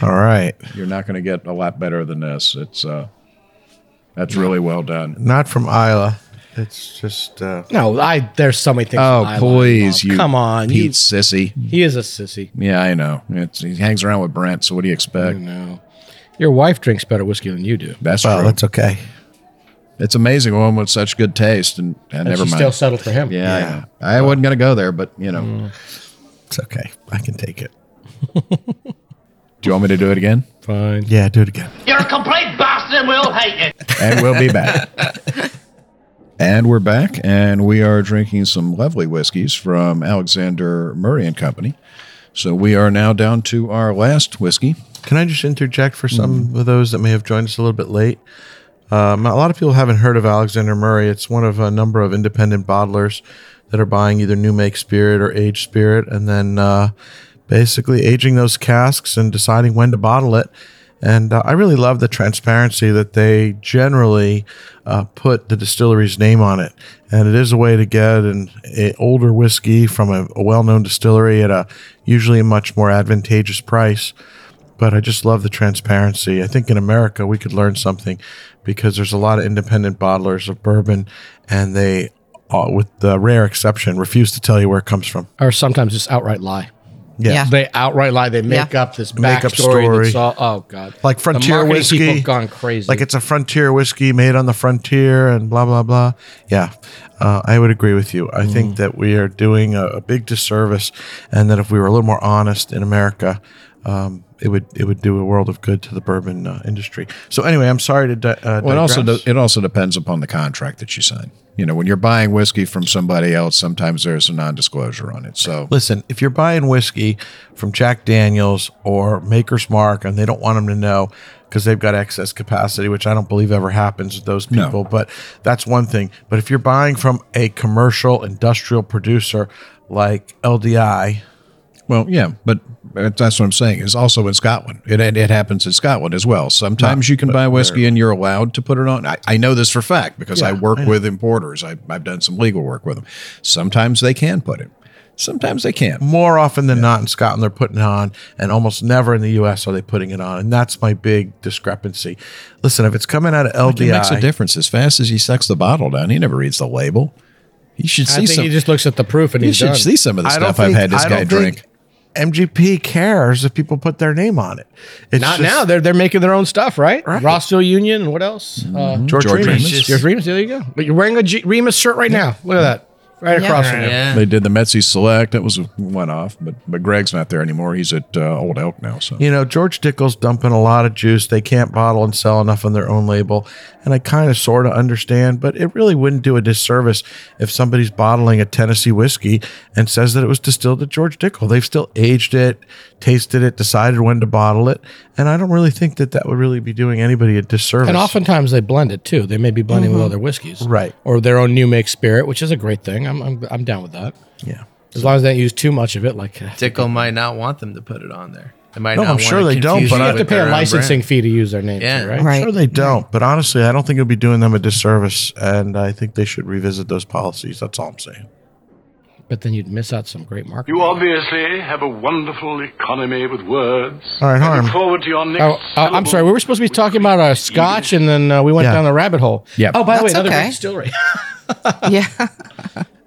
[SPEAKER 6] All right,
[SPEAKER 2] You're not going to get a lot better than this. It's uh, that's really well done.
[SPEAKER 6] not from Isla. It's just uh,
[SPEAKER 3] No, I. There's so many things.
[SPEAKER 2] Oh
[SPEAKER 3] I love.
[SPEAKER 2] please, you
[SPEAKER 3] come on,
[SPEAKER 2] Pete
[SPEAKER 3] you-
[SPEAKER 2] sissy.
[SPEAKER 3] He is a sissy.
[SPEAKER 2] Yeah, I know. It's, he hangs around with Brent. So what do you expect?
[SPEAKER 3] No, your wife drinks better whiskey than you do.
[SPEAKER 2] That's
[SPEAKER 6] well,
[SPEAKER 2] true.
[SPEAKER 6] that's okay.
[SPEAKER 2] It's amazing. A woman with such good taste, and, and
[SPEAKER 3] And
[SPEAKER 2] never
[SPEAKER 3] she
[SPEAKER 2] mind.
[SPEAKER 3] still settled for him.
[SPEAKER 2] yeah, I, know. I wasn't going to go there, but you know,
[SPEAKER 6] It's okay. I can take it.
[SPEAKER 2] do you want me to do it again?
[SPEAKER 3] fine.
[SPEAKER 6] Yeah, do it again.
[SPEAKER 7] You're a complete bastard and we all hate you.
[SPEAKER 2] and we'll be back. <laughs> and we're back, and we are drinking some lovely whiskeys from Alexander Murray and Company. So we are now down to our last whiskey.
[SPEAKER 6] Can I just interject for some of those that may have joined us a little bit late? Um, a lot of people haven't heard of Alexander Murray. It's one of a number of independent bottlers that are buying either new make spirit or aged spirit, and then uh, basically aging those casks and deciding when to bottle it. And uh, I really love the transparency that they generally uh, put the distillery's name on it, and it is a way to get an a older whiskey from a, a well-known distillery at a usually a much more advantageous price but I just love the transparency. I think in America we could learn something because there's a lot of independent bottlers of bourbon, and they, uh, with the rare exception, refuse to tell you where it comes from.
[SPEAKER 3] Or sometimes just outright lie.
[SPEAKER 4] Yeah.
[SPEAKER 3] They outright lie. They make
[SPEAKER 4] Yeah.
[SPEAKER 3] up this
[SPEAKER 6] Make up
[SPEAKER 3] backstory. that's
[SPEAKER 6] story.
[SPEAKER 3] all- oh God!
[SPEAKER 6] Like
[SPEAKER 3] The
[SPEAKER 6] frontier
[SPEAKER 3] marketing
[SPEAKER 6] whiskey.
[SPEAKER 3] people have gone crazy.
[SPEAKER 6] Like it's a frontier whiskey made on the frontier, and blah blah blah. Yeah, uh, I would agree with you. I think that we are doing a, a big disservice, and that if we were a little more honest in America. Um, it would it would do a world of good to the bourbon uh, industry. So anyway, I'm sorry to. Di- uh,
[SPEAKER 2] Well, it also
[SPEAKER 6] digress.
[SPEAKER 2] de- it also depends upon the contract that you sign. You know, when you're buying whiskey from somebody else, sometimes there's a non-disclosure on it. So
[SPEAKER 6] Listen, if you're buying whiskey from Jack Daniels or Maker's Mark and they don't want them to know because they've got excess capacity, which I don't believe ever happens with those
[SPEAKER 2] No.
[SPEAKER 6] people, but that's one thing. But if you're buying from a commercial industrial producer like LDI,
[SPEAKER 2] Well, yeah, but but that's what I'm saying. Is also in Scotland. It, it it happens in Scotland as well. Sometimes you can buy whiskey and you're allowed to put it on. I, I know this for fact because I work with importers. I, I've done some legal work with them. Sometimes they can put it. Sometimes they can't.
[SPEAKER 6] more often than not in Scotland, they're putting it on, and almost never in the US are they putting it on. And that's my big discrepancy. Listen, if it's coming out of
[SPEAKER 2] It makes a
[SPEAKER 6] LDI,
[SPEAKER 2] difference. As fast as he sucks the bottle down, he never reads the label. He should
[SPEAKER 3] I
[SPEAKER 2] see
[SPEAKER 3] think
[SPEAKER 2] some.
[SPEAKER 3] he just looks at the proof and
[SPEAKER 2] you
[SPEAKER 3] he's
[SPEAKER 2] should
[SPEAKER 3] done.
[SPEAKER 2] see some of the
[SPEAKER 6] I don't
[SPEAKER 2] stuff I've
[SPEAKER 6] think-
[SPEAKER 2] had this
[SPEAKER 6] I
[SPEAKER 2] guy
[SPEAKER 6] don't think
[SPEAKER 2] drink.
[SPEAKER 6] MGP cares if people put their name on it. It's
[SPEAKER 3] Not
[SPEAKER 6] just-
[SPEAKER 3] now. They're they're making their own stuff, right? Rossville Union and what else? Uh,
[SPEAKER 6] George,
[SPEAKER 2] George
[SPEAKER 6] Remus.
[SPEAKER 2] Remus.
[SPEAKER 3] Your Remus, there you go. But you're wearing a G- Remus shirt right now. Look at that. Right
[SPEAKER 4] Yeah.
[SPEAKER 3] across from you.
[SPEAKER 10] Yeah.
[SPEAKER 2] They did the Metzi Select. That was a one off, but but Greg's not there anymore. He's at uh, Old Elk now. So
[SPEAKER 6] You know, George Dickel's dumping a lot of juice. They can't bottle and sell enough on their own label. And I kind of sort of understand, but it really wouldn't do a disservice if somebody's bottling a Tennessee whiskey and says that it was distilled at George Dickel. They've still aged it, tasted it, decided when to bottle it. And I don't really think that that would really be doing anybody a disservice.
[SPEAKER 3] And oftentimes they blend it too. They may be blending with other whiskeys,
[SPEAKER 6] Right.
[SPEAKER 3] Or their own new make spirit, which is a great thing. I'm I'm, I'm down with that
[SPEAKER 6] yeah.
[SPEAKER 3] as long as they don't use too much of it. Like uh,
[SPEAKER 10] Dicko might not want them to put it on there. They might
[SPEAKER 6] No,
[SPEAKER 10] not
[SPEAKER 6] I'm
[SPEAKER 10] want
[SPEAKER 6] sure
[SPEAKER 10] to
[SPEAKER 6] they don't,
[SPEAKER 10] confuse
[SPEAKER 6] but
[SPEAKER 10] you
[SPEAKER 6] I-
[SPEAKER 10] with
[SPEAKER 6] Have
[SPEAKER 3] to pay
[SPEAKER 10] their
[SPEAKER 3] a
[SPEAKER 10] own
[SPEAKER 3] licensing
[SPEAKER 10] brand.
[SPEAKER 3] fee to use their name, too,
[SPEAKER 10] Yeah.
[SPEAKER 3] right?
[SPEAKER 4] Right.
[SPEAKER 6] Sure, they don't. But honestly, I don't think it would be doing them a disservice. And I think they should revisit those policies. That's all I'm saying.
[SPEAKER 3] But then you'd miss out some great marketing.
[SPEAKER 12] You obviously have a wonderful economy with words.
[SPEAKER 6] All right,
[SPEAKER 12] I
[SPEAKER 6] Harm.
[SPEAKER 12] look forward to your next.
[SPEAKER 3] Oh, uh, I'm
[SPEAKER 12] syllable.
[SPEAKER 3] sorry. We were supposed to be talking about uh, scotch, and then uh, we went
[SPEAKER 6] Yeah.
[SPEAKER 3] down the rabbit hole.
[SPEAKER 2] Yeah.
[SPEAKER 3] Oh, by the way,
[SPEAKER 4] That's
[SPEAKER 3] another
[SPEAKER 4] okay.
[SPEAKER 3] great distillery.
[SPEAKER 4] <laughs> yeah.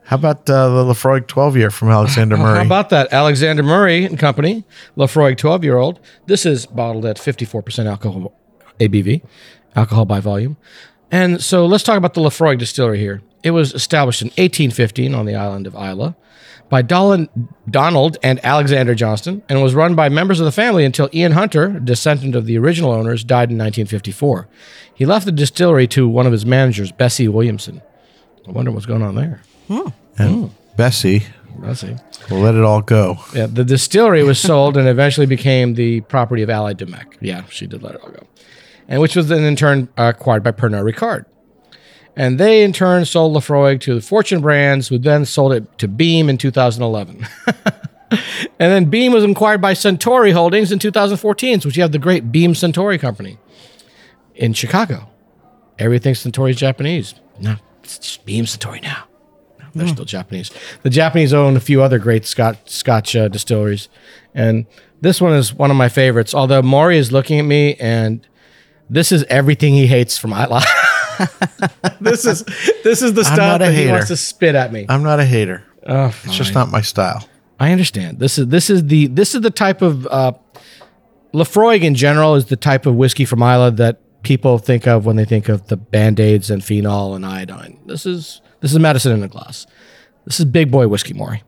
[SPEAKER 6] How about uh, the Lefroy 12 year from Alexander Murray?
[SPEAKER 3] How about that? Alexander Murray and Company, Lafroy 12 year old. This is bottled at 54% alcohol ABV, alcohol by volume. And so let's talk about the Lafroy distillery here. It was established in 1815 on the island of Isla by Dolan- Donald and Alexander Johnston and was run by members of the family until Ian Hunter, descendant of the original owners, died in 1954. He left the distillery to one of his managers, Bessie Williamson. I wonder what's going on there.
[SPEAKER 5] And Bessie
[SPEAKER 3] Bessie.
[SPEAKER 5] will let it all go.
[SPEAKER 3] Yeah, the distillery was sold and eventually became the property of Allied de Mec. Yeah, she did let it all go. And which was then in turn acquired by Pernod Ricard. And they in turn sold Lefroy to the Fortune Brands, who then sold it to Beam in 2011. and then Beam was acquired by Centauri Holdings in 2014, so you have the great Beam Centauri company in Chicago. Everything Centauri's Japanese. No, it's just Beam Centauri now. They're still Japanese. The Japanese own a few other great Scotch, Scotch uh, distilleries, and this one is one of my favorites. Although Maury is looking at me, and this is everything he hates from Isla. <laughs> this is this is the stuff
[SPEAKER 5] not a
[SPEAKER 3] that he
[SPEAKER 5] hater.
[SPEAKER 3] wants to spit at me.
[SPEAKER 5] I'm not a hater. it's just not my style.
[SPEAKER 3] I understand. This is this is the this is the type of uh, Lefroy in general is the type of whiskey from Isla that people think of when they think of the band aids and phenol and iodine. This is this is medicine in a glass. This is big boy whiskey, Maury.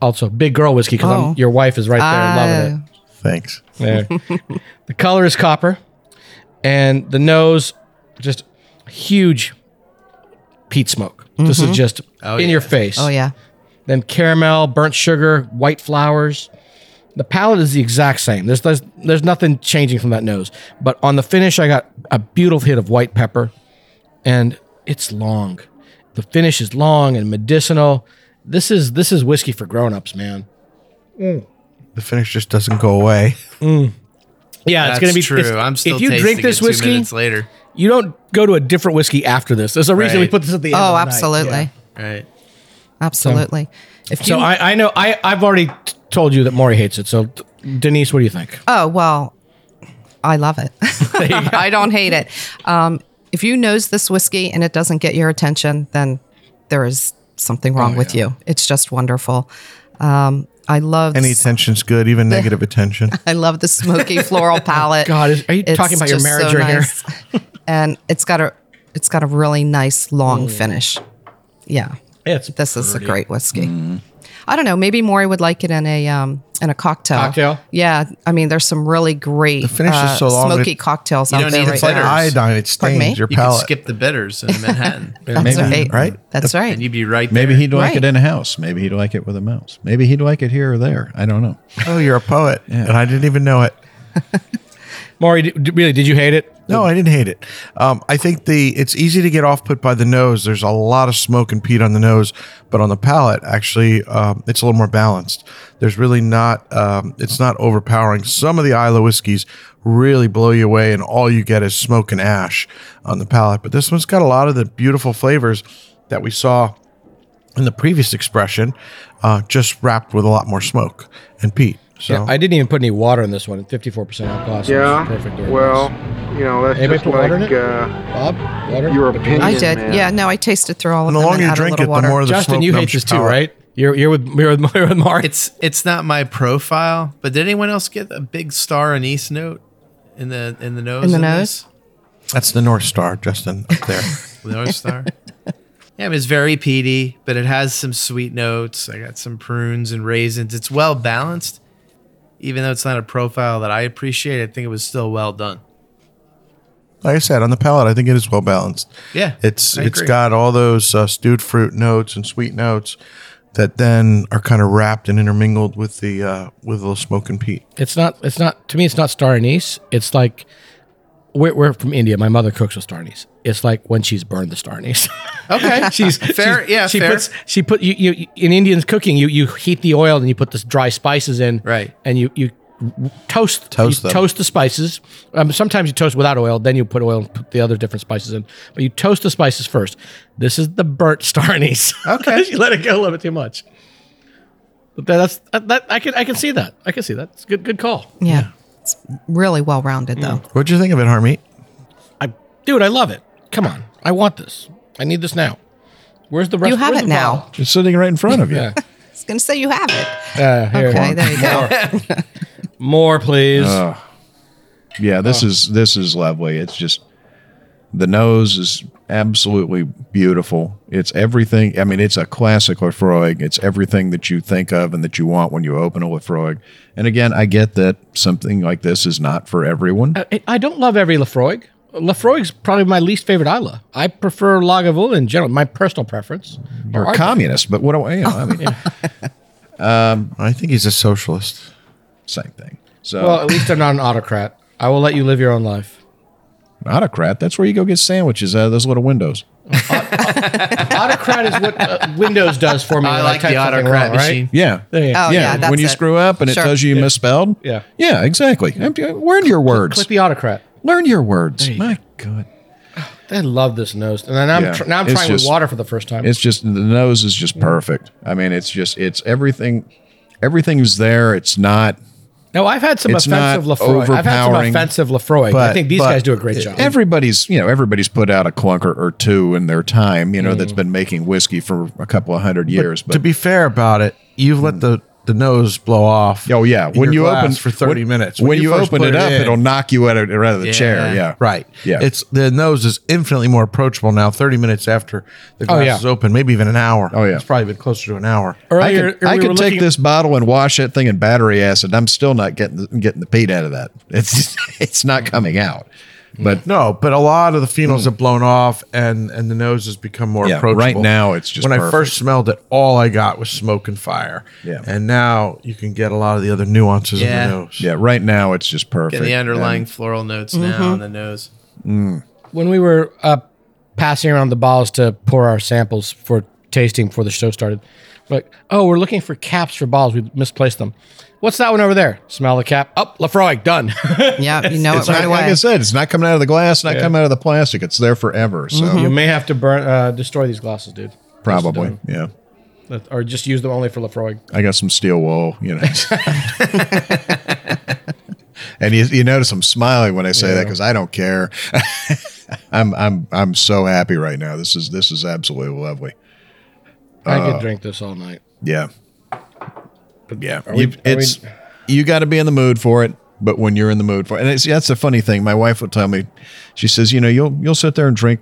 [SPEAKER 3] Also, big girl whiskey because
[SPEAKER 4] Oh. Ah.
[SPEAKER 3] your wife is right there loving
[SPEAKER 5] Thanks.
[SPEAKER 4] <laughs>
[SPEAKER 3] it. There. the color is copper, and the nose just huge peat smoke. This is just in your face
[SPEAKER 4] Mm-hmm. Oh yeah.
[SPEAKER 3] then caramel, burnt sugar, white flowers. The palette is the exact same. There's, there's there's nothing changing from that nose. But on the finish, I got a beautiful hit of white pepper, and it's long. The finish is long and medicinal. This is this is whiskey for grown-ups, man.
[SPEAKER 5] The finish just doesn't go away.
[SPEAKER 3] Yeah, it's
[SPEAKER 6] That's
[SPEAKER 3] gonna be
[SPEAKER 6] true.
[SPEAKER 3] it's-
[SPEAKER 6] I'm still
[SPEAKER 3] if you drink
[SPEAKER 6] tasting
[SPEAKER 3] this
[SPEAKER 6] it two
[SPEAKER 3] whiskey,
[SPEAKER 6] minutes later.
[SPEAKER 3] you don't go to a different whiskey after this. There's a reason we
[SPEAKER 6] Right.
[SPEAKER 3] put this at the end. of the
[SPEAKER 4] Oh,
[SPEAKER 3] night.
[SPEAKER 4] absolutely.
[SPEAKER 3] Yeah.
[SPEAKER 6] Right.
[SPEAKER 4] Absolutely. if
[SPEAKER 3] So
[SPEAKER 4] you,
[SPEAKER 3] I, I know I I've already t- told you that Maury hates it. So D- Denise, what do you think?
[SPEAKER 4] oh well, I
[SPEAKER 3] <laughs>
[SPEAKER 4] love it. <laughs> I don't hate it. Um, if you nose this whiskey and it doesn't get your attention, then there is something wrong
[SPEAKER 3] Oh,
[SPEAKER 4] with you. It's just wonderful. Um, I love
[SPEAKER 5] Any
[SPEAKER 4] s-
[SPEAKER 5] attention's good, even negative
[SPEAKER 4] <laughs>
[SPEAKER 5] attention.
[SPEAKER 4] I love the smoky floral palette.
[SPEAKER 3] God, is- are you talking about your
[SPEAKER 4] just
[SPEAKER 3] marriage right here?
[SPEAKER 4] nice. <laughs> and it's got a it's got a really nice long
[SPEAKER 3] Mm.
[SPEAKER 4] finish. Yeah.
[SPEAKER 3] It's
[SPEAKER 4] This is a great whiskey. I don't know. Maybe Maury would like it in a um, in a cocktail.
[SPEAKER 3] Cocktail?
[SPEAKER 4] Yeah. I mean, there's some really great
[SPEAKER 5] finish is
[SPEAKER 4] uh,
[SPEAKER 5] so long,
[SPEAKER 4] smoky
[SPEAKER 5] it-
[SPEAKER 4] cocktails
[SPEAKER 6] You
[SPEAKER 4] out
[SPEAKER 6] don't
[SPEAKER 4] there
[SPEAKER 6] need
[SPEAKER 4] right
[SPEAKER 6] the
[SPEAKER 5] Like
[SPEAKER 6] bitters.
[SPEAKER 4] now.
[SPEAKER 5] iodine, it
[SPEAKER 4] Pardon me?
[SPEAKER 5] stains your
[SPEAKER 6] You could
[SPEAKER 5] palate.
[SPEAKER 6] skip the
[SPEAKER 5] <laughs>
[SPEAKER 6] bitters in Manhattan,
[SPEAKER 4] That's
[SPEAKER 2] Maybe,
[SPEAKER 4] right.
[SPEAKER 5] right?
[SPEAKER 4] That's right.
[SPEAKER 6] and you'd be right there.
[SPEAKER 2] Maybe he'd like
[SPEAKER 4] Right.
[SPEAKER 2] it in a house. Maybe he'd like it with a mouse. Maybe he'd like it here or there. I don't know.
[SPEAKER 5] oh, you're a poet. And I didn't even know it.
[SPEAKER 3] Maury, d- d- really, did you hate it?
[SPEAKER 5] No, I didn't hate it. Um, I think the it's easy to get off put by the nose. There's a lot of smoke and peat on the nose, but on the palate, actually, um, it's a little more balanced. There's really not um, it's not overpowering. Some of the Isla whiskeys really blow you away, and all you get is smoke and ash on the palate. But this one's got a lot of the beautiful flavors that we saw in the previous expression, uh, just wrapped with a lot more smoke and peat. So
[SPEAKER 3] Yeah, I didn't even put any water in this one. At 54% alcohol, so
[SPEAKER 13] Yeah.
[SPEAKER 3] it's perfect. there it
[SPEAKER 13] Well,
[SPEAKER 3] is.
[SPEAKER 13] you know, that's
[SPEAKER 3] Anybody
[SPEAKER 13] just
[SPEAKER 3] put water in
[SPEAKER 13] like
[SPEAKER 3] it?
[SPEAKER 13] uh,
[SPEAKER 3] Bob, water?
[SPEAKER 13] your
[SPEAKER 3] Put-
[SPEAKER 13] opinion.
[SPEAKER 4] I did.
[SPEAKER 13] man.
[SPEAKER 4] Yeah. No, I tasted through all of
[SPEAKER 5] and the
[SPEAKER 4] them
[SPEAKER 5] longer
[SPEAKER 4] and
[SPEAKER 5] you
[SPEAKER 4] add a
[SPEAKER 5] drink
[SPEAKER 4] little
[SPEAKER 5] it, the
[SPEAKER 4] water.
[SPEAKER 5] more the
[SPEAKER 3] Justin,
[SPEAKER 5] smoke
[SPEAKER 3] you hate
[SPEAKER 5] numbs your
[SPEAKER 3] this too,
[SPEAKER 5] palate.
[SPEAKER 3] right? You're, you're with you're with, <laughs> you're with Mark.
[SPEAKER 6] It's it's not my profile, but did anyone else get a big star anise note in the in the nose?
[SPEAKER 4] In the
[SPEAKER 6] this?
[SPEAKER 5] That's the North Star, Justin, up there.
[SPEAKER 6] The North Star. yeah, I mean, it's very peaty, but it has some sweet notes. I got some prunes and raisins. It's well balanced, even though it's not a profile that I appreciate. I think it was still well done.
[SPEAKER 5] like I said, on the palate, I think it is well balanced.
[SPEAKER 6] Yeah,
[SPEAKER 5] It's
[SPEAKER 6] I
[SPEAKER 5] it's
[SPEAKER 6] agree.
[SPEAKER 5] got all those uh, stewed fruit notes and sweet notes that then are kind of wrapped and intermingled with the uh, with a little smoke and peat.
[SPEAKER 3] It's not. It's not. To me, it's not star anise. It's like we're, we're from India. My mother cooks with star anise. It's like when she's burned the star anise. <laughs>
[SPEAKER 5] <laughs>
[SPEAKER 6] Okay,
[SPEAKER 3] she's
[SPEAKER 6] <laughs> Fair,
[SPEAKER 3] she's-
[SPEAKER 6] yeah,
[SPEAKER 3] She
[SPEAKER 6] fair.
[SPEAKER 3] puts. She put. You, you. In Indian cooking, you you heat the oil and you put the dry spices in.
[SPEAKER 6] Right.
[SPEAKER 3] And you you toast
[SPEAKER 5] Toast
[SPEAKER 3] you
[SPEAKER 5] them.
[SPEAKER 3] toast the spices. Um, sometimes you toast without oil. Then you put oil and put the other different spices in. But you toast the spices first. This is the burnt <laughs> star anise. Okay. <laughs> you let it go a little bit too much. But that's uh, that, that I can I can see that I can see that. It's a good good call.
[SPEAKER 4] Yeah. It's really well rounded though.
[SPEAKER 5] What'd you think of it, Harmeet?
[SPEAKER 3] I, dude, I love it. Come on, I want this. I need this now. Where's the rest?
[SPEAKER 4] You have
[SPEAKER 3] where's
[SPEAKER 4] it
[SPEAKER 3] the
[SPEAKER 4] now.
[SPEAKER 3] bottle?
[SPEAKER 2] It's sitting right in front of you.
[SPEAKER 3] <laughs> Yeah.
[SPEAKER 4] I was gonna say you have it.
[SPEAKER 3] Uh, here.
[SPEAKER 4] Okay, there you go.
[SPEAKER 3] More, please.
[SPEAKER 2] Uh. Yeah, this is this is lovely. It's just the nose is absolutely beautiful. It's everything. I mean, it's a classic Lefroy. It's everything that you think of and that you want when you open a Lefroy. And again, I get that something like this is not for everyone.
[SPEAKER 3] I, I don't love every Lefroy. Lefroy's probably my least favorite Isla. I prefer Lagavulin in general, my personal preference.
[SPEAKER 2] You're a
[SPEAKER 3] Ardbeg.
[SPEAKER 2] communist, but what do I? You know, I mean,
[SPEAKER 5] I think he's a socialist.
[SPEAKER 2] same thing. So
[SPEAKER 3] Well, at least I'm not an autocrat. I will let you live your own life.
[SPEAKER 2] autocrat. That's where you go get sandwiches out of those little windows.
[SPEAKER 3] Autocrat is
[SPEAKER 2] <laughs>
[SPEAKER 3] what uh, Windows does for me.
[SPEAKER 6] I
[SPEAKER 3] when
[SPEAKER 6] like
[SPEAKER 3] type
[SPEAKER 6] the
[SPEAKER 3] something
[SPEAKER 6] autocrat
[SPEAKER 3] wrong, right?
[SPEAKER 6] machine.
[SPEAKER 2] Yeah.
[SPEAKER 3] There you go.
[SPEAKER 4] Oh, yeah, that's
[SPEAKER 2] when you
[SPEAKER 4] it.
[SPEAKER 2] screw up and
[SPEAKER 4] Sure.
[SPEAKER 2] it tells you you misspelled.
[SPEAKER 3] Yeah.
[SPEAKER 2] Yeah, exactly. Empty- Learn your words.
[SPEAKER 3] Click the autocrat.
[SPEAKER 2] Learn your words. My God.
[SPEAKER 3] I love this nose. And then I'm
[SPEAKER 2] Yeah.
[SPEAKER 3] tr- now I'm
[SPEAKER 2] It's
[SPEAKER 3] trying
[SPEAKER 2] just-
[SPEAKER 3] with water for the first time.
[SPEAKER 2] It's just the nose is just perfect. I mean, it's just it's everything. Everything's there. It's not.
[SPEAKER 3] No, I've had some
[SPEAKER 2] It's
[SPEAKER 3] offensive
[SPEAKER 2] not
[SPEAKER 3] Lafroy. I've had some
[SPEAKER 2] overpowering,
[SPEAKER 3] offensive Lafroy. I
[SPEAKER 5] but-
[SPEAKER 3] think these
[SPEAKER 5] but
[SPEAKER 3] guys do a great job.
[SPEAKER 2] Everybody's you know everybody's put out a clunker or two in their time. You know that's been making whiskey for a couple of hundred years. But,
[SPEAKER 5] to be fair about it, you've let the, the nose blow off.
[SPEAKER 2] oh yeah,
[SPEAKER 5] in
[SPEAKER 2] when
[SPEAKER 5] your
[SPEAKER 2] you
[SPEAKER 5] glass
[SPEAKER 2] open
[SPEAKER 5] for thirty
[SPEAKER 2] when-
[SPEAKER 5] minutes,
[SPEAKER 2] when, you,
[SPEAKER 5] first
[SPEAKER 2] open
[SPEAKER 5] put
[SPEAKER 2] it up,
[SPEAKER 5] in-
[SPEAKER 2] it'll knock you out of, out of the chair.
[SPEAKER 6] Yeah.
[SPEAKER 2] Yeah,
[SPEAKER 5] right.
[SPEAKER 2] Yeah,
[SPEAKER 5] it's the nose is infinitely more approachable now. Thirty minutes after the glass
[SPEAKER 3] Oh, yeah.
[SPEAKER 5] is open, maybe even an hour.
[SPEAKER 2] Oh, yeah.
[SPEAKER 5] it's probably been closer to an hour.
[SPEAKER 2] I
[SPEAKER 3] Earlier,
[SPEAKER 2] could, I
[SPEAKER 3] we
[SPEAKER 2] could
[SPEAKER 3] were
[SPEAKER 2] take
[SPEAKER 3] looking-
[SPEAKER 2] this bottle and wash that thing in battery acid. I'm still not getting the, getting the peat out of that. <laughs> It's it's not coming out. But
[SPEAKER 5] No, but a lot of the
[SPEAKER 3] Hmm.
[SPEAKER 5] phenols have blown off, and and the nose has become more
[SPEAKER 2] Yeah,
[SPEAKER 5] approachable.
[SPEAKER 2] right now it's just
[SPEAKER 5] when I
[SPEAKER 2] perfect.
[SPEAKER 5] first smelled it, all I got was smoke and fire.
[SPEAKER 2] Yeah.
[SPEAKER 5] and now you can get a lot of the other nuances
[SPEAKER 6] Yeah.
[SPEAKER 5] in the nose.
[SPEAKER 2] yeah, right now it's just perfect.
[SPEAKER 6] Get the underlying
[SPEAKER 2] And
[SPEAKER 6] floral notes
[SPEAKER 2] Mm-hmm.
[SPEAKER 6] now on the nose.
[SPEAKER 3] when we were uh, passing around the bottles to pour our samples for tasting before the show started, like, oh, we're looking for caps for bottles. We misplaced them. What's that one over there? Smell the cap. Oh, Lefroy, done. <laughs>
[SPEAKER 4] Yeah, you know it
[SPEAKER 2] it's
[SPEAKER 4] right
[SPEAKER 2] not, like
[SPEAKER 4] away.
[SPEAKER 2] I said, it's not coming out of the glass, not coming out of the plastic. It's there forever. So
[SPEAKER 3] you may have to burn, uh, destroy these glasses, dude.
[SPEAKER 2] probably,
[SPEAKER 3] uh,
[SPEAKER 2] yeah.
[SPEAKER 3] That- Or just use them only for Lefroy.
[SPEAKER 2] I got some steel wool, you
[SPEAKER 3] <laughs>
[SPEAKER 2] know. and you, you notice I'm smiling when I say that because I don't care. <laughs> I'm I'm I'm so happy right now. This is this is absolutely lovely. Uh.
[SPEAKER 3] I could drink this all night.
[SPEAKER 2] Yeah. yeah.
[SPEAKER 3] we-
[SPEAKER 2] You-
[SPEAKER 3] are
[SPEAKER 2] it's
[SPEAKER 3] we-
[SPEAKER 2] you got to be in the mood for it, but when you're in the mood for it, and it's, that's the funny thing. My wife will tell me, she says, you know, you'll you'll sit there and drink,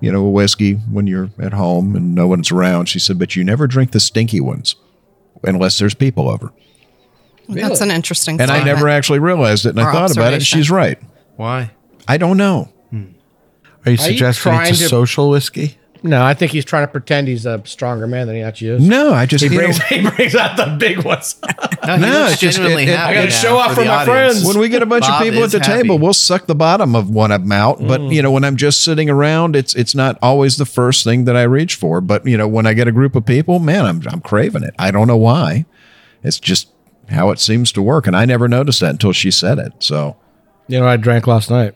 [SPEAKER 2] you know, a whiskey when you're at home and no one's around. She said, but you never drink the stinky ones unless there's people over.
[SPEAKER 4] That's an interesting.
[SPEAKER 2] And I
[SPEAKER 4] statement.
[SPEAKER 2] never actually realized it, and I
[SPEAKER 4] Or
[SPEAKER 2] thought about it. and
[SPEAKER 4] observation.
[SPEAKER 2] She's right.
[SPEAKER 6] Why?
[SPEAKER 2] I don't know.
[SPEAKER 5] Are you suggesting
[SPEAKER 3] trying
[SPEAKER 5] it's a
[SPEAKER 3] to-
[SPEAKER 5] social whiskey?
[SPEAKER 3] No, I think he's trying to pretend he's a stronger man than he actually is.
[SPEAKER 2] No, I just you know,
[SPEAKER 6] <laughs>
[SPEAKER 3] he brings out the big ones.
[SPEAKER 6] No, he
[SPEAKER 2] No,
[SPEAKER 6] looks
[SPEAKER 2] it's just-
[SPEAKER 6] genuinely
[SPEAKER 2] it- it-
[SPEAKER 6] happy
[SPEAKER 2] I
[SPEAKER 3] gotta
[SPEAKER 6] now
[SPEAKER 3] show off for
[SPEAKER 6] the
[SPEAKER 3] my
[SPEAKER 6] audience.
[SPEAKER 3] friends.
[SPEAKER 2] when we get a bunch
[SPEAKER 6] Bob
[SPEAKER 2] of people at
[SPEAKER 6] is
[SPEAKER 2] the
[SPEAKER 6] happy. Mm.
[SPEAKER 2] table, we'll suck the bottom of one of them out. But you know, when I'm just sitting around, it's it's not always the first thing that I reach for. But you know, when I get a group of people, man, I'm I'm craving it. I don't know why. It's just how it seems to work, and I never noticed that until she said it. So
[SPEAKER 3] You know, what I drank last night.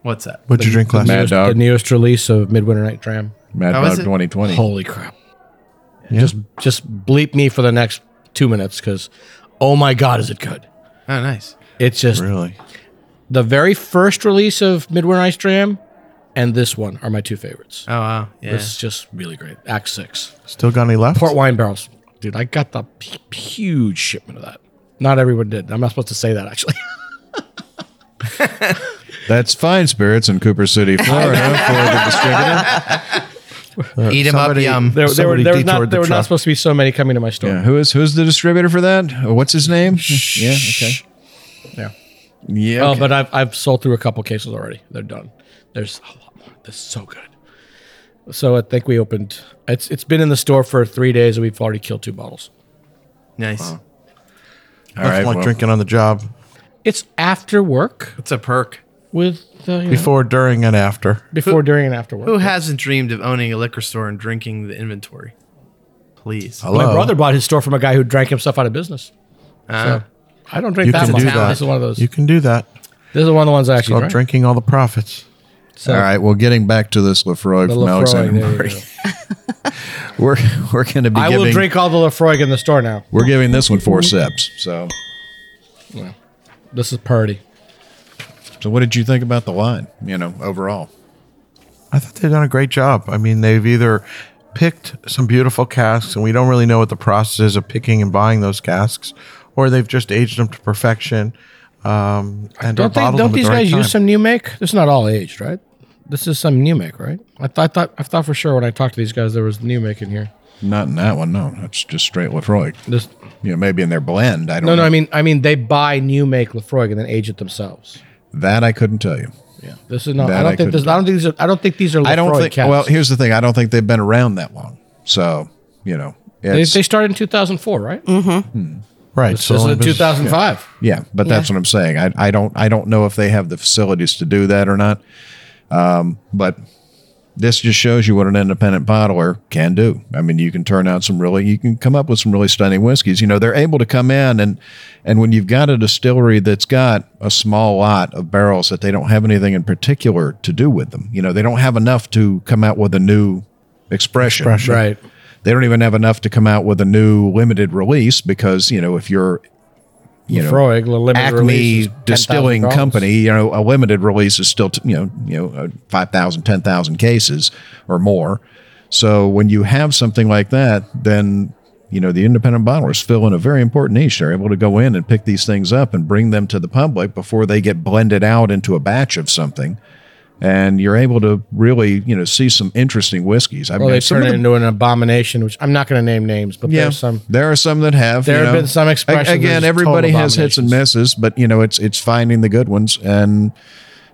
[SPEAKER 6] What's that?
[SPEAKER 5] What'd you drink last
[SPEAKER 2] Mad
[SPEAKER 5] night?
[SPEAKER 3] The
[SPEAKER 2] Dog,
[SPEAKER 3] newest release of Midwinter Night Dram.
[SPEAKER 2] Mad
[SPEAKER 6] How is
[SPEAKER 2] Dog
[SPEAKER 6] it? Oh.
[SPEAKER 2] 2020.
[SPEAKER 3] Holy crap! Just just bleep me for the next two minutes because, oh my god, is it good?
[SPEAKER 6] Oh, nice.
[SPEAKER 3] It's just
[SPEAKER 5] Really?
[SPEAKER 3] the very first release of Midwinter Night Dram, and this one are my two favorites.
[SPEAKER 6] Oh, wow. Yeah.
[SPEAKER 3] This is just really great. Act six,
[SPEAKER 5] Still got any left?
[SPEAKER 3] port wine barrels, dude. I got the hu- huge shipment of that. Not everyone did. I'm not supposed to say that actually. <laughs>
[SPEAKER 2] That's fine spirits in Cooper
[SPEAKER 6] <laughs>
[SPEAKER 2] City, Florida, for the distributor.
[SPEAKER 6] Eat him up,
[SPEAKER 5] somebody-
[SPEAKER 6] yum.
[SPEAKER 3] There, there were,
[SPEAKER 5] Somebody
[SPEAKER 3] there was not,
[SPEAKER 5] detoured the
[SPEAKER 3] there were not
[SPEAKER 5] truck.
[SPEAKER 3] supposed to be so many coming to my store.
[SPEAKER 2] Yeah, who is who's the distributor for that? Uh, What's his name? Yeah, okay.
[SPEAKER 3] Yeah.
[SPEAKER 2] Yeah.
[SPEAKER 3] Oh,
[SPEAKER 2] okay.
[SPEAKER 3] but I've I've sold through a couple cases already. They're done. There's a lot more. This is so good. So I think we opened. It's it's been in the store for three days, and we've already killed two bottles.
[SPEAKER 6] nice.
[SPEAKER 2] all
[SPEAKER 5] Nothing
[SPEAKER 2] right.
[SPEAKER 5] like
[SPEAKER 2] well,
[SPEAKER 5] drinking on the job
[SPEAKER 3] It's after work
[SPEAKER 6] It's a perk.
[SPEAKER 3] with uh, you know, before
[SPEAKER 5] before, during, and after.
[SPEAKER 3] before during and after work.
[SPEAKER 6] Who hasn't dreamed of owning a liquor store and drinking the inventory? Please.
[SPEAKER 3] My
[SPEAKER 5] Hello?
[SPEAKER 3] brother bought his store from a guy who drank himself out of business.
[SPEAKER 2] Ah.
[SPEAKER 6] Uh,
[SPEAKER 3] I don't drink
[SPEAKER 5] You
[SPEAKER 3] that
[SPEAKER 5] can
[SPEAKER 3] much.
[SPEAKER 5] do
[SPEAKER 6] talent.
[SPEAKER 5] that.
[SPEAKER 3] This is one of those.
[SPEAKER 5] You can do that.
[SPEAKER 3] this is one of the ones I actually
[SPEAKER 5] Stop
[SPEAKER 3] drank.
[SPEAKER 5] drinking all the profits.
[SPEAKER 3] So,
[SPEAKER 2] all right. Well, getting back to this Lefroy
[SPEAKER 3] the
[SPEAKER 2] from
[SPEAKER 3] Lefroy,
[SPEAKER 2] Alexander
[SPEAKER 3] there you
[SPEAKER 2] Murray,
[SPEAKER 3] go.
[SPEAKER 2] we're <laughs> we're going to be
[SPEAKER 3] <laughs> I
[SPEAKER 2] giving
[SPEAKER 3] will drink all the Lefroy in the store now.
[SPEAKER 2] we're giving this one four sips. So,
[SPEAKER 3] This is party.
[SPEAKER 2] so what did you think about the wine? You know, overall,
[SPEAKER 5] I thought they've done a great job. I mean, they've either picked some beautiful casks, and we don't really know what the process is of picking and buying those casks, or they've just aged them to perfection. Um, and or
[SPEAKER 3] Don't they,
[SPEAKER 5] bottled them
[SPEAKER 3] don't
[SPEAKER 5] at
[SPEAKER 3] these
[SPEAKER 5] the right
[SPEAKER 3] guys
[SPEAKER 5] time.
[SPEAKER 3] use some new make? This is not all aged, right? This is some new make, right? I, th- I thought I thought for sure when I talked to these guys there was new make in here.
[SPEAKER 2] Not in that one. No, that's just straight Lefroy.
[SPEAKER 3] This,
[SPEAKER 2] You know, maybe in their blend. I don't.
[SPEAKER 3] no, no,
[SPEAKER 2] know.
[SPEAKER 3] I mean I mean they buy new make Lefroy and then age it themselves.
[SPEAKER 2] that I couldn't tell you.
[SPEAKER 3] Yeah, this is not.
[SPEAKER 2] That
[SPEAKER 3] I
[SPEAKER 2] I
[SPEAKER 3] don't think this.
[SPEAKER 2] couldn't
[SPEAKER 3] I don't think these are. I don't think these are. Lefroy
[SPEAKER 2] I don't think.
[SPEAKER 3] Caps.
[SPEAKER 2] Well, here's the thing. I don't think they've been around that long. So you know,
[SPEAKER 3] they,
[SPEAKER 2] it's,
[SPEAKER 3] they started in 2004, right?
[SPEAKER 5] Right.
[SPEAKER 3] This is in 2005.
[SPEAKER 2] yeah. But that's
[SPEAKER 4] Yeah.
[SPEAKER 2] what I'm saying. I, I don't. I don't know if they have the facilities to do that or not. Um, but this just shows you what an independent bottler can do. I mean, you can turn out some really, you can come up with some really stunning whiskeys. You know, they're able to come in and, and when you've got a distillery that's got a small lot of barrels that they don't have anything in particular to do with them, you know, they don't have enough to come out with a new expression.
[SPEAKER 3] Right.
[SPEAKER 2] They don't even have enough to come out with a new limited release because, you know, if you're, you know,
[SPEAKER 3] Lefroy, limited release
[SPEAKER 2] Acme
[SPEAKER 3] is
[SPEAKER 2] Distilling
[SPEAKER 3] $10,000.
[SPEAKER 2] Company, you know, a limited release is still, t- you know, you know, uh, 5,000, 10,000 cases or more. So when you have something like that, then, you know, the independent bottlers fill in a very important niche. They're able to go in and pick these things up and bring them to the public before they get blended out into a batch of something. And you're able to really, you know, see some interesting whiskeys. I
[SPEAKER 3] Or they
[SPEAKER 2] some of
[SPEAKER 3] turned it
[SPEAKER 2] the-
[SPEAKER 3] into an abomination, which I'm not going to name names, but there's some.
[SPEAKER 2] there are some that have.
[SPEAKER 3] There
[SPEAKER 2] you
[SPEAKER 3] have
[SPEAKER 2] know.
[SPEAKER 3] been some
[SPEAKER 2] A-
[SPEAKER 3] expressions that are
[SPEAKER 2] Again,
[SPEAKER 3] just
[SPEAKER 2] everybody
[SPEAKER 3] total
[SPEAKER 2] has hits and misses, but you know, it's it's finding the good ones, and